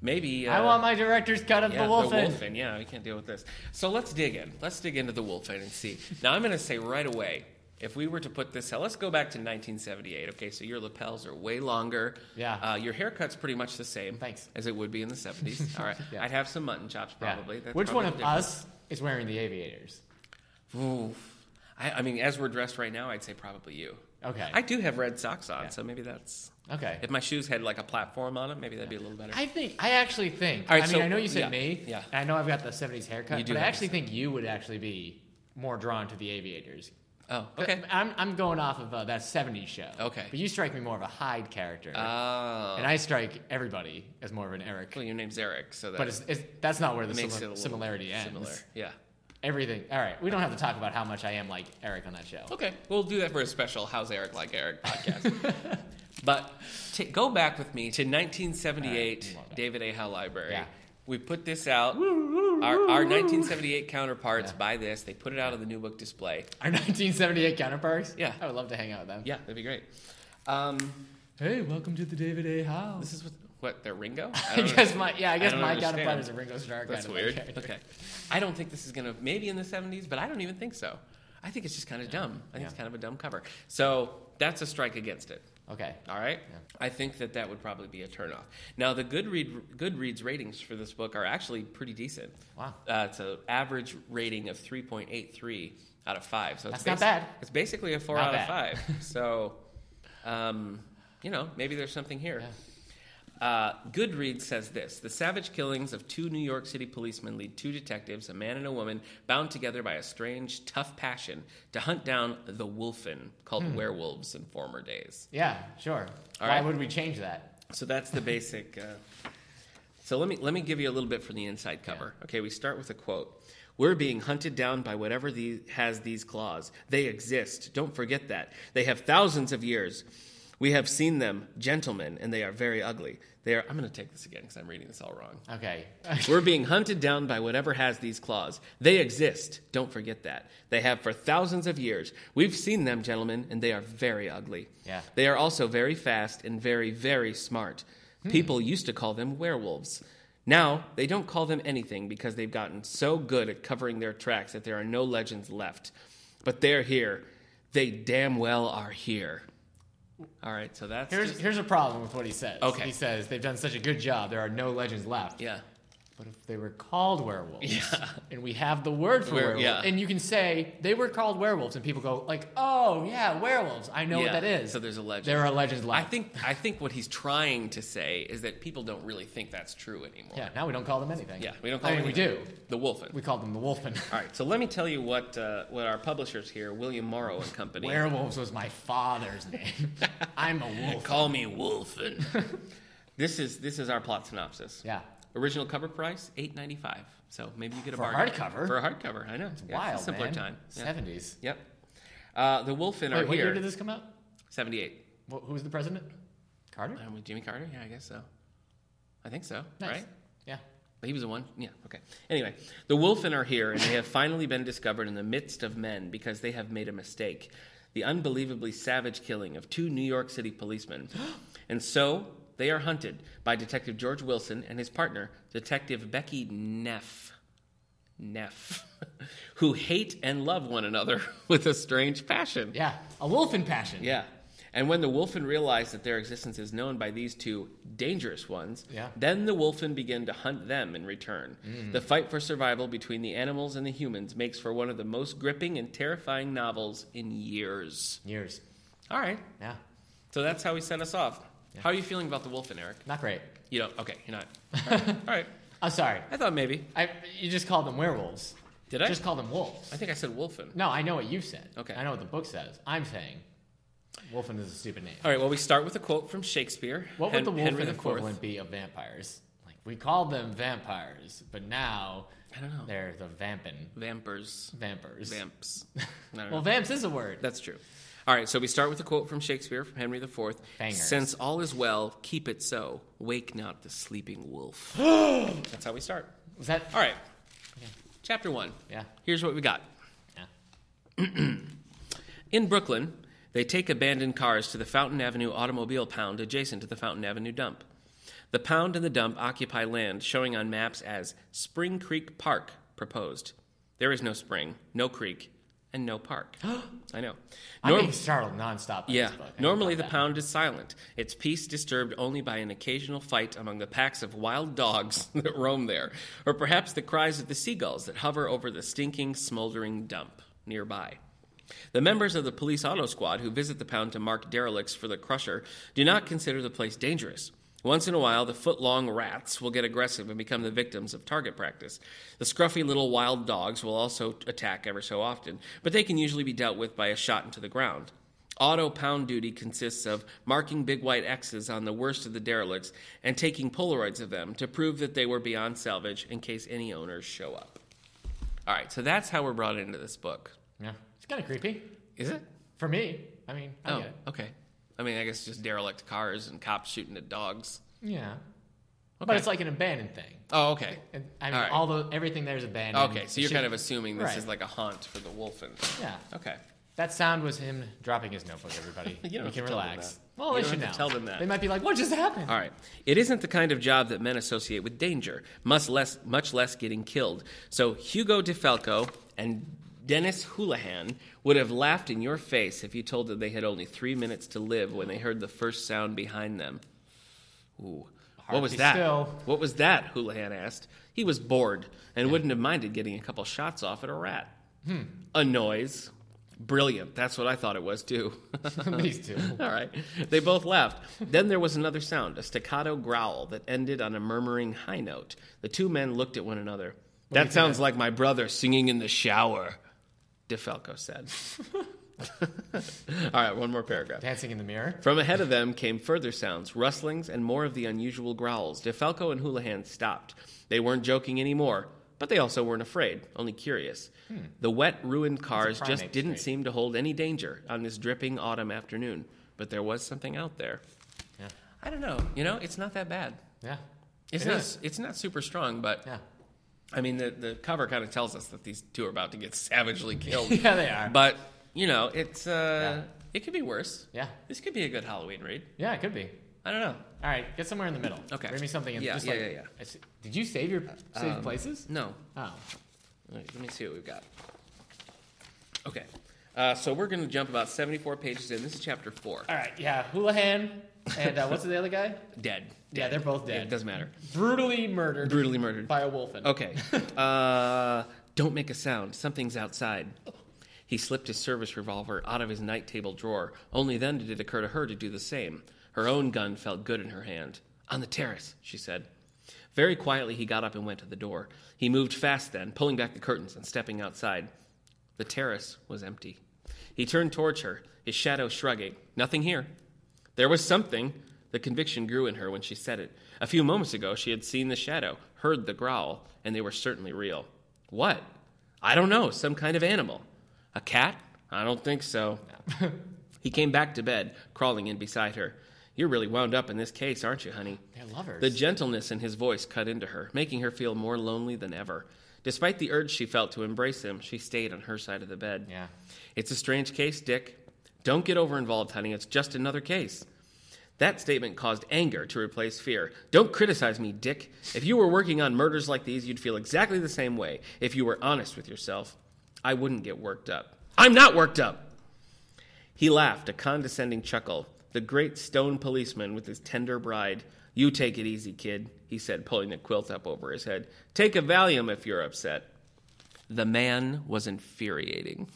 B: maybe
A: I
B: uh,
A: want my director's cut of
B: yeah,
A: the Wolfen.
B: Wolfen. Yeah, we can't deal with this. So let's dig in. Let's dig into the Wolfen and see. Now I'm going to say right away, if we were to put this out, let's go back to 1978. Okay, so your lapels are way longer.
A: Yeah.
B: Uh, your haircut's pretty much the same.
A: Thanks.
B: As it would be in the 70s. All right.
A: Yeah.
B: I'd have some mutton chops
A: Yeah.
B: probably. That's
A: Which one
B: probably
A: of
B: the difference.
A: us is wearing the aviators?
B: Ooh. I, I mean, as we're dressed right now, I'd say probably you.
A: Okay.
B: I do have red socks on, so maybe that's.
A: okay.
B: If my shoes had like a platform on them, maybe that'd be a little better.
A: I think I actually think.
B: All right,
A: I mean,
B: so-
A: I know you said
B: yeah,
A: me.
B: yeah.
A: And I know I've got the '70s haircut,
B: You do
A: but I
B: have
A: actually think you would actually be more drawn to the aviators.
B: oh, okay.
A: I'm, I'm going off of uh, that '70s show.
B: Okay.
A: But you strike me more of a Hyde character,
B: Oh.
A: and I strike everybody as more of an Eric.
B: well, your name's Eric, so that
A: But it's, it's, that's not where the
B: makes
A: simi-
B: it a little
A: similarity ends.
B: similar. Yeah.
A: Everything. All right, we don't have to talk about how much I am like Eric on that show.
B: Okay, we'll do that for a special "How's Eric Like Eric" podcast. but t- go back with me to 1978,
A: All right, well,
B: David A. Howe Library.
A: Yeah.
B: We put this out. Our, our 1978 counterparts buy this. They put it out on the new book display.
A: Our 1978 counterparts.
B: Yeah.
A: I would love to hang out with them.
B: Yeah, that'd be great. Um,
A: Hey, welcome to the David A. House.
B: this is what, what they're Ringo.
A: I,
B: don't know.
A: guess my yeah, I guess
B: don't
A: my
B: understand.
A: counterpart is a Ringo Starr.
B: That's
A: kind of
B: weird.
A: character.
B: Okay. I don't think this is going to, maybe in the 70s, but I don't even think so. I think it's just kind of dumb. I think it's
A: Yeah.
B: kind of a dumb cover. So that's a strike against it.
A: Okay.
B: All right? I think that that would probably be a turnoff. Now, the Goodread, Goodreads ratings for this book are actually pretty decent.
A: Wow.
B: Uh, it's an average rating of 3.83 out of 5. So it's
A: That's not bad.
B: It's basically a 4
A: Not
B: out
A: bad.
B: of 5. So, um, you know, maybe there's something here. Uh, Goodreads says this The savage killings of two New York City policemen lead two detectives, a man and a woman, bound together by a strange, tough passion, to hunt down the wolfen called
A: Hmm.
B: werewolves in former days.
A: Yeah, sure.
B: All
A: Why
B: right.
A: would we change that?
B: So that's the basic. Uh, so let me let me give you a little bit from the inside cover. Okay, we start with a quote. We're being hunted down by whatever the, has these claws. They exist. Don't forget that. They have thousands of years. We have seen them, gentlemen, and they are very ugly. They are. I'm going to take this again because I'm reading this all wrong.
A: Okay.
B: We're being hunted down by whatever has these claws. They exist. Don't forget that. They have for thousands of years. We've seen them, gentlemen, and they are very ugly.
A: Yeah.
B: They are also very fast and very, very smart.
A: Hmm.
B: People used to call them werewolves. Now, they don't call them anything because they've gotten so good at covering their tracks that there are no legends left. But they're here. They damn well are here. All right, so that's
A: Here's
B: just-
A: here's a problem with what he says.
B: Okay.
A: He says they've done such a good job. There are no legends left.
B: yeah.
A: But if they were called werewolves, and we have the word for
B: Were-
A: werewolf,
B: yeah.
A: and you can say they were called werewolves, and people go like, "Oh yeah, werewolves. I know
B: Yeah,
A: what that is."
B: so there's a legend.
A: There are legends
B: I
A: left.
B: think I think what he's trying to say is that people don't really think that's true anymore.
A: Yeah. Now we don't call them anything.
B: Yeah, we don't call
A: I
B: them
A: mean,
B: anything.
A: We do.
B: The Wolfen.
A: We call them the Wolfen.
B: All right, so let me tell you what uh, what our publishers here, William Morrow and Company.
A: Werewolves was my father's name. I'm a wolf.
B: Call me Wolfen. this is this is our plot synopsis.
A: Yeah.
B: Original cover price eight ninety five. So maybe you get a
A: For a
B: bargain.
A: hardcover?
B: For a hardcover, I know. It's
A: Wild
B: It's a simpler
A: man.
B: time. Yeah.
A: Seventies.
B: Yep. Uh, the Wolfen are
A: Wait, what
B: here.
A: year did this come out?
B: Seventy eight.
A: What, who was the president? Carter.
B: Um, with Jimmy Carter. Yeah, I guess so. I think so.
A: Nice.
B: Right.
A: Yeah.
B: But he was the one? Yeah, okay. Anyway, the Wolfen are here, and they have finally been discovered in the midst of men because they have made a mistake. The unbelievably savage killing of two New York City policemen. and so they are hunted by Detective George Wilson and his partner, Detective Becky Neff. Neff, who hate and love one another with a strange passion.
A: Yeah, a wolf in passion.
B: Yeah. And when the Wolfen realize that their existence is known by these two dangerous ones,
A: Yeah. Mm.
B: then the Wolfen begin to hunt them in return. The fight for survival between the animals and the humans makes for one of the most gripping and terrifying novels in years.
A: Years.
B: All right.
A: Yeah,
B: So that's how we sent us off. How are you feeling about the Wolfen, Eric?
A: not great.
B: You don't. Okay, you're not. All right. All right.
A: I'm sorry.
B: I thought maybe.
A: I, you just called them werewolves.
B: Did I?
A: Just call them wolves.
B: I think I said Wolfen.
A: No, I know what you've said.
B: Okay.
A: I know what the book says. I'm saying Wolfen is a stupid name.
B: All right. Well, we start with a quote from Shakespeare.
A: What would
B: Hen-
A: the Wolfen
B: Henry IV.
A: equivalent be of vampires? Like we called them vampires, but now
B: I don't know.
A: they're the vampin
B: Vampers.
A: vampires.
B: Vamps. I don't know.
A: Well, vamps is a word.
B: That's true. All right, so we start with a quote from Shakespeare from Henry IV.
A: Bangers.
B: Since all is well, keep it so. Wake not the sleeping wolf. That's how we start.
A: Was that?
B: All right, chapter one.
A: Yeah.
B: Here's what we got.
A: Yeah.
B: In Brooklyn, they take abandoned cars to the Fountain Avenue automobile pound adjacent to the Fountain Avenue dump. The pound and the dump occupy land showing on maps as Spring Creek Park proposed. There is no spring, no creek, and no park. I know.
A: I'm
B: Norm-
A: being startled nonstop. By
B: yeah.
A: This book. I
B: Normally, the
A: forgot
B: pound is silent, its peace disturbed only by an occasional fight among the packs of wild dogs that roam there, or perhaps the cries of the seagulls that hover over the stinking, smoldering dump nearby. The members of the police auto squad who visit the pound to mark derelicts for the crusher do not consider the place dangerous. Once in a while, the foot long rats will get aggressive and become the victims of target practice. The scruffy little wild dogs will also attack ever so often, but they can usually be dealt with by a shot into the ground. Auto pound duty consists of marking big white X's on the worst of the derelicts and taking Polaroids of them to prove that they were beyond salvage in case any owners show up. All right, so that's how we're brought into this book.
A: that. Yeah. It's kind of creepy
B: Is it?
A: for me. I mean, I
B: Oh,
A: get it.
B: okay. I mean, I guess just derelict cars and cops shooting at dogs.
A: Yeah. But
B: Okay.
A: it's like an abandoned thing.
B: Oh, okay.
A: And, I mean,
B: All right.
A: all the everything there's abandoned.
B: Okay, so you're
A: Shit.
B: kind of assuming this
A: Right.
B: is like a haunt for the wolfen.
A: yeah.
B: Okay.
A: That sound was him dropping his notebook. Everybody,
B: You don't
A: we
B: have to
A: can
B: tell them
A: relax.
B: that.
A: Well,
B: You
A: they
B: don't
A: should
B: have
A: know.
B: to tell them that.
A: They might be like, "What just happened?"
B: All right. It isn't the kind of job that men associate with danger, much less, much less getting killed. So Hugo DeFalco and Dennis Houlihan would have laughed in your face if you told them they had only three minutes to live when they heard the first sound behind them. Ooh. What was
A: Heartbeat
B: that?
A: still.
B: What was that? Houlihan asked. He was bored and wouldn't have minded getting a couple shots off at a rat. A noise. Brilliant. That's what I thought it was, too.
A: These two.
B: All right. They both laughed. Then there was another sound, a staccato growl that ended on a murmuring high note. The two men looked at one another. that sounds like my brother singing in the shower, DeFalco said. All right, one more paragraph.
A: Dancing in the mirror.
B: From ahead of them came further sounds, rustlings, and more of the unusual growls. DeFalco and Houlihan stopped. They weren't joking anymore, but they also weren't afraid, only curious.
A: Hmm.
B: The wet, ruined cars just
A: primate
B: didn't
A: trait.
B: seem to hold any danger on this dripping autumn afternoon, but there was something out there.
A: Yeah.
B: I don't know. You know, it's not that bad.
A: Yeah.
B: It's
A: It
B: not.
A: is.
B: It's not super strong, but
A: Yeah.
B: I mean, the the cover kind of tells us that these two are about to get savagely killed.
A: Yeah, they are.
B: But you know, it's
A: Yeah.
B: uh, it could be worse.
A: Yeah.
B: This could be a good Halloween read.
A: Yeah, it could be.
B: I don't know.
A: All right, get somewhere in the middle.
B: Okay.
A: Bring me something. In,
B: Yeah,
A: just
B: yeah,
A: like,
B: yeah, yeah.
A: I see- Did you save your save places?
B: No.
A: Oh.
B: All right, let me see what we've got. Okay. Uh, so we're going to jump about 74 pages in. This is chapter four.
A: All right. Yeah. Houlihan and uh, what's the other guy?
B: Dead.
A: Yeah, they're both
B: It
A: dead.
B: doesn't matter.
A: Brutally murdered
B: Brutally murdered.
A: by a wolfen.
B: Okay. Uh, don't make a sound. Something's outside. He slipped his service revolver out of his night table drawer. Only then did it occur to her to do the same. Her own gun felt good in her hand. On the terrace, she said. Very quietly, he got up and went to the door. He moved fast then, pulling back the curtains and stepping outside. The terrace was empty. He turned towards her, his shadow shrugging. Nothing here. There was something. The conviction grew in her when she said it. A few moments ago, she had seen the shadow, heard the growl, and they were certainly real. What? I don't know. Some kind of animal. A cat? I don't think so. he came back to bed, crawling in beside her. You're really wound up in this case, aren't you, honey?
A: They're lovers.
B: The gentleness in his voice cut into her, making her feel more lonely than ever. Despite the urge she felt to embrace him, she stayed on her side of the bed.
A: Yeah.
B: It's a strange case, Dick. Don't get over involved, honey. It's just another case. That statement caused anger to replace fear. Don't criticize me, Dick. If you were working on murders like these, you'd feel exactly the same way. If you were honest with yourself, I wouldn't get worked up. I'm not worked up! He laughed, a condescending chuckle. The great stone policeman with his tender bride. You take it easy, kid, he said, pulling the quilt up over his head. Take a Valium if you're upset. The man was infuriating.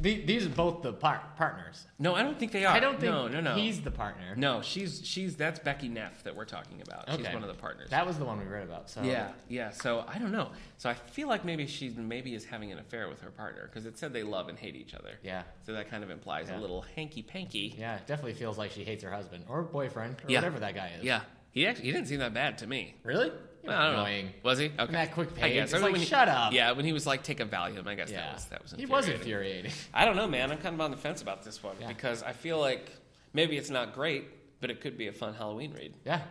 A: The, these are both the par- partners.
B: No, I don't think they are.
A: I don't think
B: Uh, no, no, no.
A: he's the partner.
B: no, she's she's that's Becky Neff that we're talking about. She's
A: Okay.
B: one of the partners.
A: That was the one we read about. So
B: yeah, yeah. So I don't know. So I feel like maybe she's maybe is having an affair with her partner because it said they love and hate each other.
A: Yeah.
B: So that kind of implies
A: Yeah.
B: a little hanky panky.
A: Yeah, it definitely feels like she hates her husband or boyfriend or
B: Yeah.
A: whatever that guy is.
B: Yeah. He actually he didn't seem that bad to me.
A: Really?
B: Well, I don't
A: Annoying.
B: know. Was he? Okay.
A: that quick
B: I
A: page,
B: guess.
A: it's
B: I mean,
A: like,
B: when he-
A: "Shut up."
B: Yeah, when he was like, take a Valium, I guess
A: Yeah.
B: that was, that was
A: he was
B: infuriating.
A: infuriating.
B: I don't know, man. I'm kind of on the fence about this one
A: Yeah.
B: because I feel like maybe it's not great, but it could be a fun Halloween read.
A: yeah.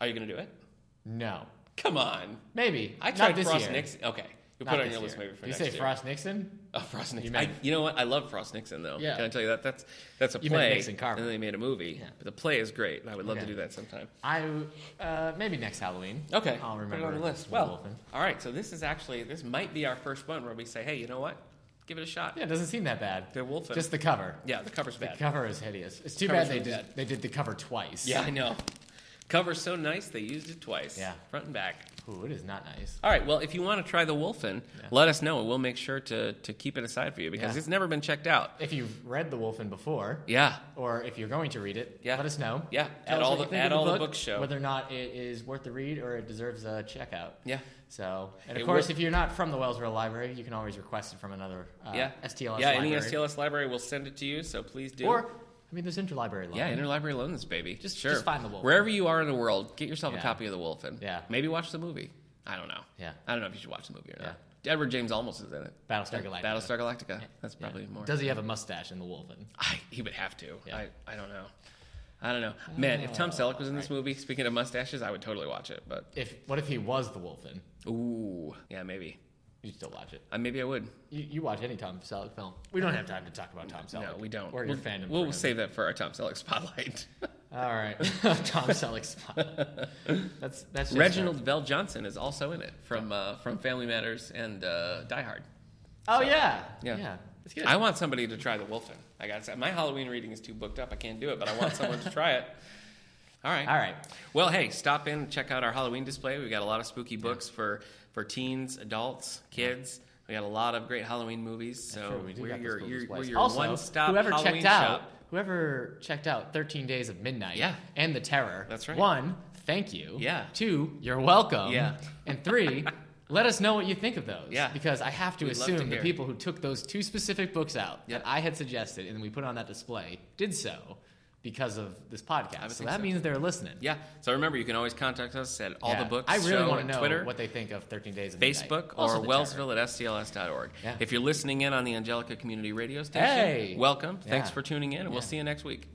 B: Are you going to do it?
A: No.
B: Come on.
A: Maybe.
B: I
A: Not
B: tried
A: this
B: Frost
A: year.
B: Nixon. Okay. You'll
A: Not
B: put it on
A: this
B: your list
A: year.
B: maybe for
A: you
B: next
A: say
B: year.
A: Frost Nixon?
B: Oh, Frost
A: You
B: Nixon.
A: meant-
B: I, you know what? I love Frost Nixon though.
A: Yeah.
B: Can I tell you that? That's that's a
A: You meant
B: play.
A: Nixon Carver.
B: And then they made a movie.
A: Yeah.
B: But the play is great. I would love
A: Okay.
B: to do that sometime.
A: I uh, maybe next Halloween.
B: Okay.
A: I'll remember
B: Put it on the list.
A: Wolfen.
B: Well, all right. So this is actually this might be our first one where we say, hey, you know what? Give it a shot.
A: yeah, it doesn't seem that bad.
B: They're Wolfen.
A: Just the cover.
B: Yeah, the cover's
A: The
B: bad.
A: cover is hideous. It's too
B: Cover's
A: bad they
B: really
A: did
B: bad.
A: they did the cover twice.
B: yeah, I know. Cover's so nice they used it twice.
A: Yeah.
B: Front and back.
A: Ooh, it is not nice.
B: All right. Well, if you want to try the Wolfen, let us know, and we'll make sure to to keep it aside for you because
A: Yeah.
B: it's never been checked out.
A: If you've read The Wolfen before,
B: Yeah.
A: or if you're going to read it,
B: Yeah.
A: let us know.
B: Yeah.
A: Tell
B: At
A: us
B: all
A: what
B: the-
A: you think
B: at
A: of
B: all the
A: book,
B: book show.
A: Whether or not it is worth the read or it deserves a checkout.
B: Yeah.
A: So, and of
B: It
A: course,
B: will-
A: if you're not from the Wellsboro Library, you can always request it from another uh,
B: yeah.
A: STLS
B: Yeah.
A: library.
B: Any STLS library will send it to you. So please do.
A: Or, I mean, there's interlibrary loan.
B: yeah, interlibrary loans, baby. Just sure.
A: just find the Wolfen.
B: Wherever you are in the world, get yourself a
A: Yeah.
B: copy of the Wolfen.
A: Yeah.
B: Maybe watch the movie. I don't know.
A: Yeah.
B: I don't know if you should watch the movie or not. Edward James almost is in it.
A: Battlestar Galactica.
B: Battlestar Galactica. That's
A: Yeah.
B: probably more.
A: Does he have a mustache in The Wolfen?
B: I, he would have to.
A: Yeah.
B: I, I don't know. I don't know. Man, if Tom Selleck was in this movie, speaking of mustaches, I would totally watch it. But
A: If What if he was The Wolfen?
B: ooh, yeah, maybe.
A: You'd still watch it.
B: Uh, maybe I would.
A: You, you watch any Tom Selleck film. We don't have time to talk about Tom Selleck.
B: No, we don't.
A: Oh, Or
B: we'll,
A: your fandom. for
B: We'll
A: him.
B: save that for our Tom Selleck spotlight.
A: All right. Tom Selleck spot. That's, that's just
B: Reginald Bell Johnson is also in it from uh, from Family Matters and uh, Die Hard.
A: Oh, yeah.
B: Yeah.
A: Yeah. It's good.
B: I want somebody to try the Wolfen. I got to say, my Halloween reading is too booked up. I can't do it, but I want someone to try it. All right.
A: All right.
B: Well, hey, stop in, check out our Halloween display. We've got a lot of spooky books for for teens, adults, kids. We got a lot of great Halloween movies. So
A: Sure, we do
B: are
A: got those
B: your,
A: cool
B: you're-
A: displays.
B: we're your
A: also,
B: one-stop
A: whoever
B: Halloween
A: checked
B: shop.
A: out, whoever checked out 13 Days of Midnight
B: Yeah.
A: and The Terror.
B: That's right.
A: One, thank you.
B: Yeah.
A: Two, you're welcome.
B: Yeah.
A: And three, let us know what you think of those.
B: Yeah.
A: Because I have to
B: We'd love to
A: assume the
B: hear.
A: people who took those two specific books out
B: Yep.
A: that I had suggested and we put on that display did so because of this podcast.
B: would
A: So
B: think
A: that
B: so.
A: means they're listening.
B: Yeah. So remember, you can always contact us at all
A: Yeah.
B: the books.
A: I really
B: show
A: wanna
B: at
A: know
B: Twitter.
A: what they think of 13 Days of Midnight.
B: Facebook
A: Also
B: or
A: The Terror.
B: wellsville at stls.org.
A: Yeah.
B: If you're listening in on the Angelica Community Radio Station,
A: Hey!
B: welcome. Thanks
A: Yeah.
B: for tuning in, and
A: Yeah.
B: we'll see you next week.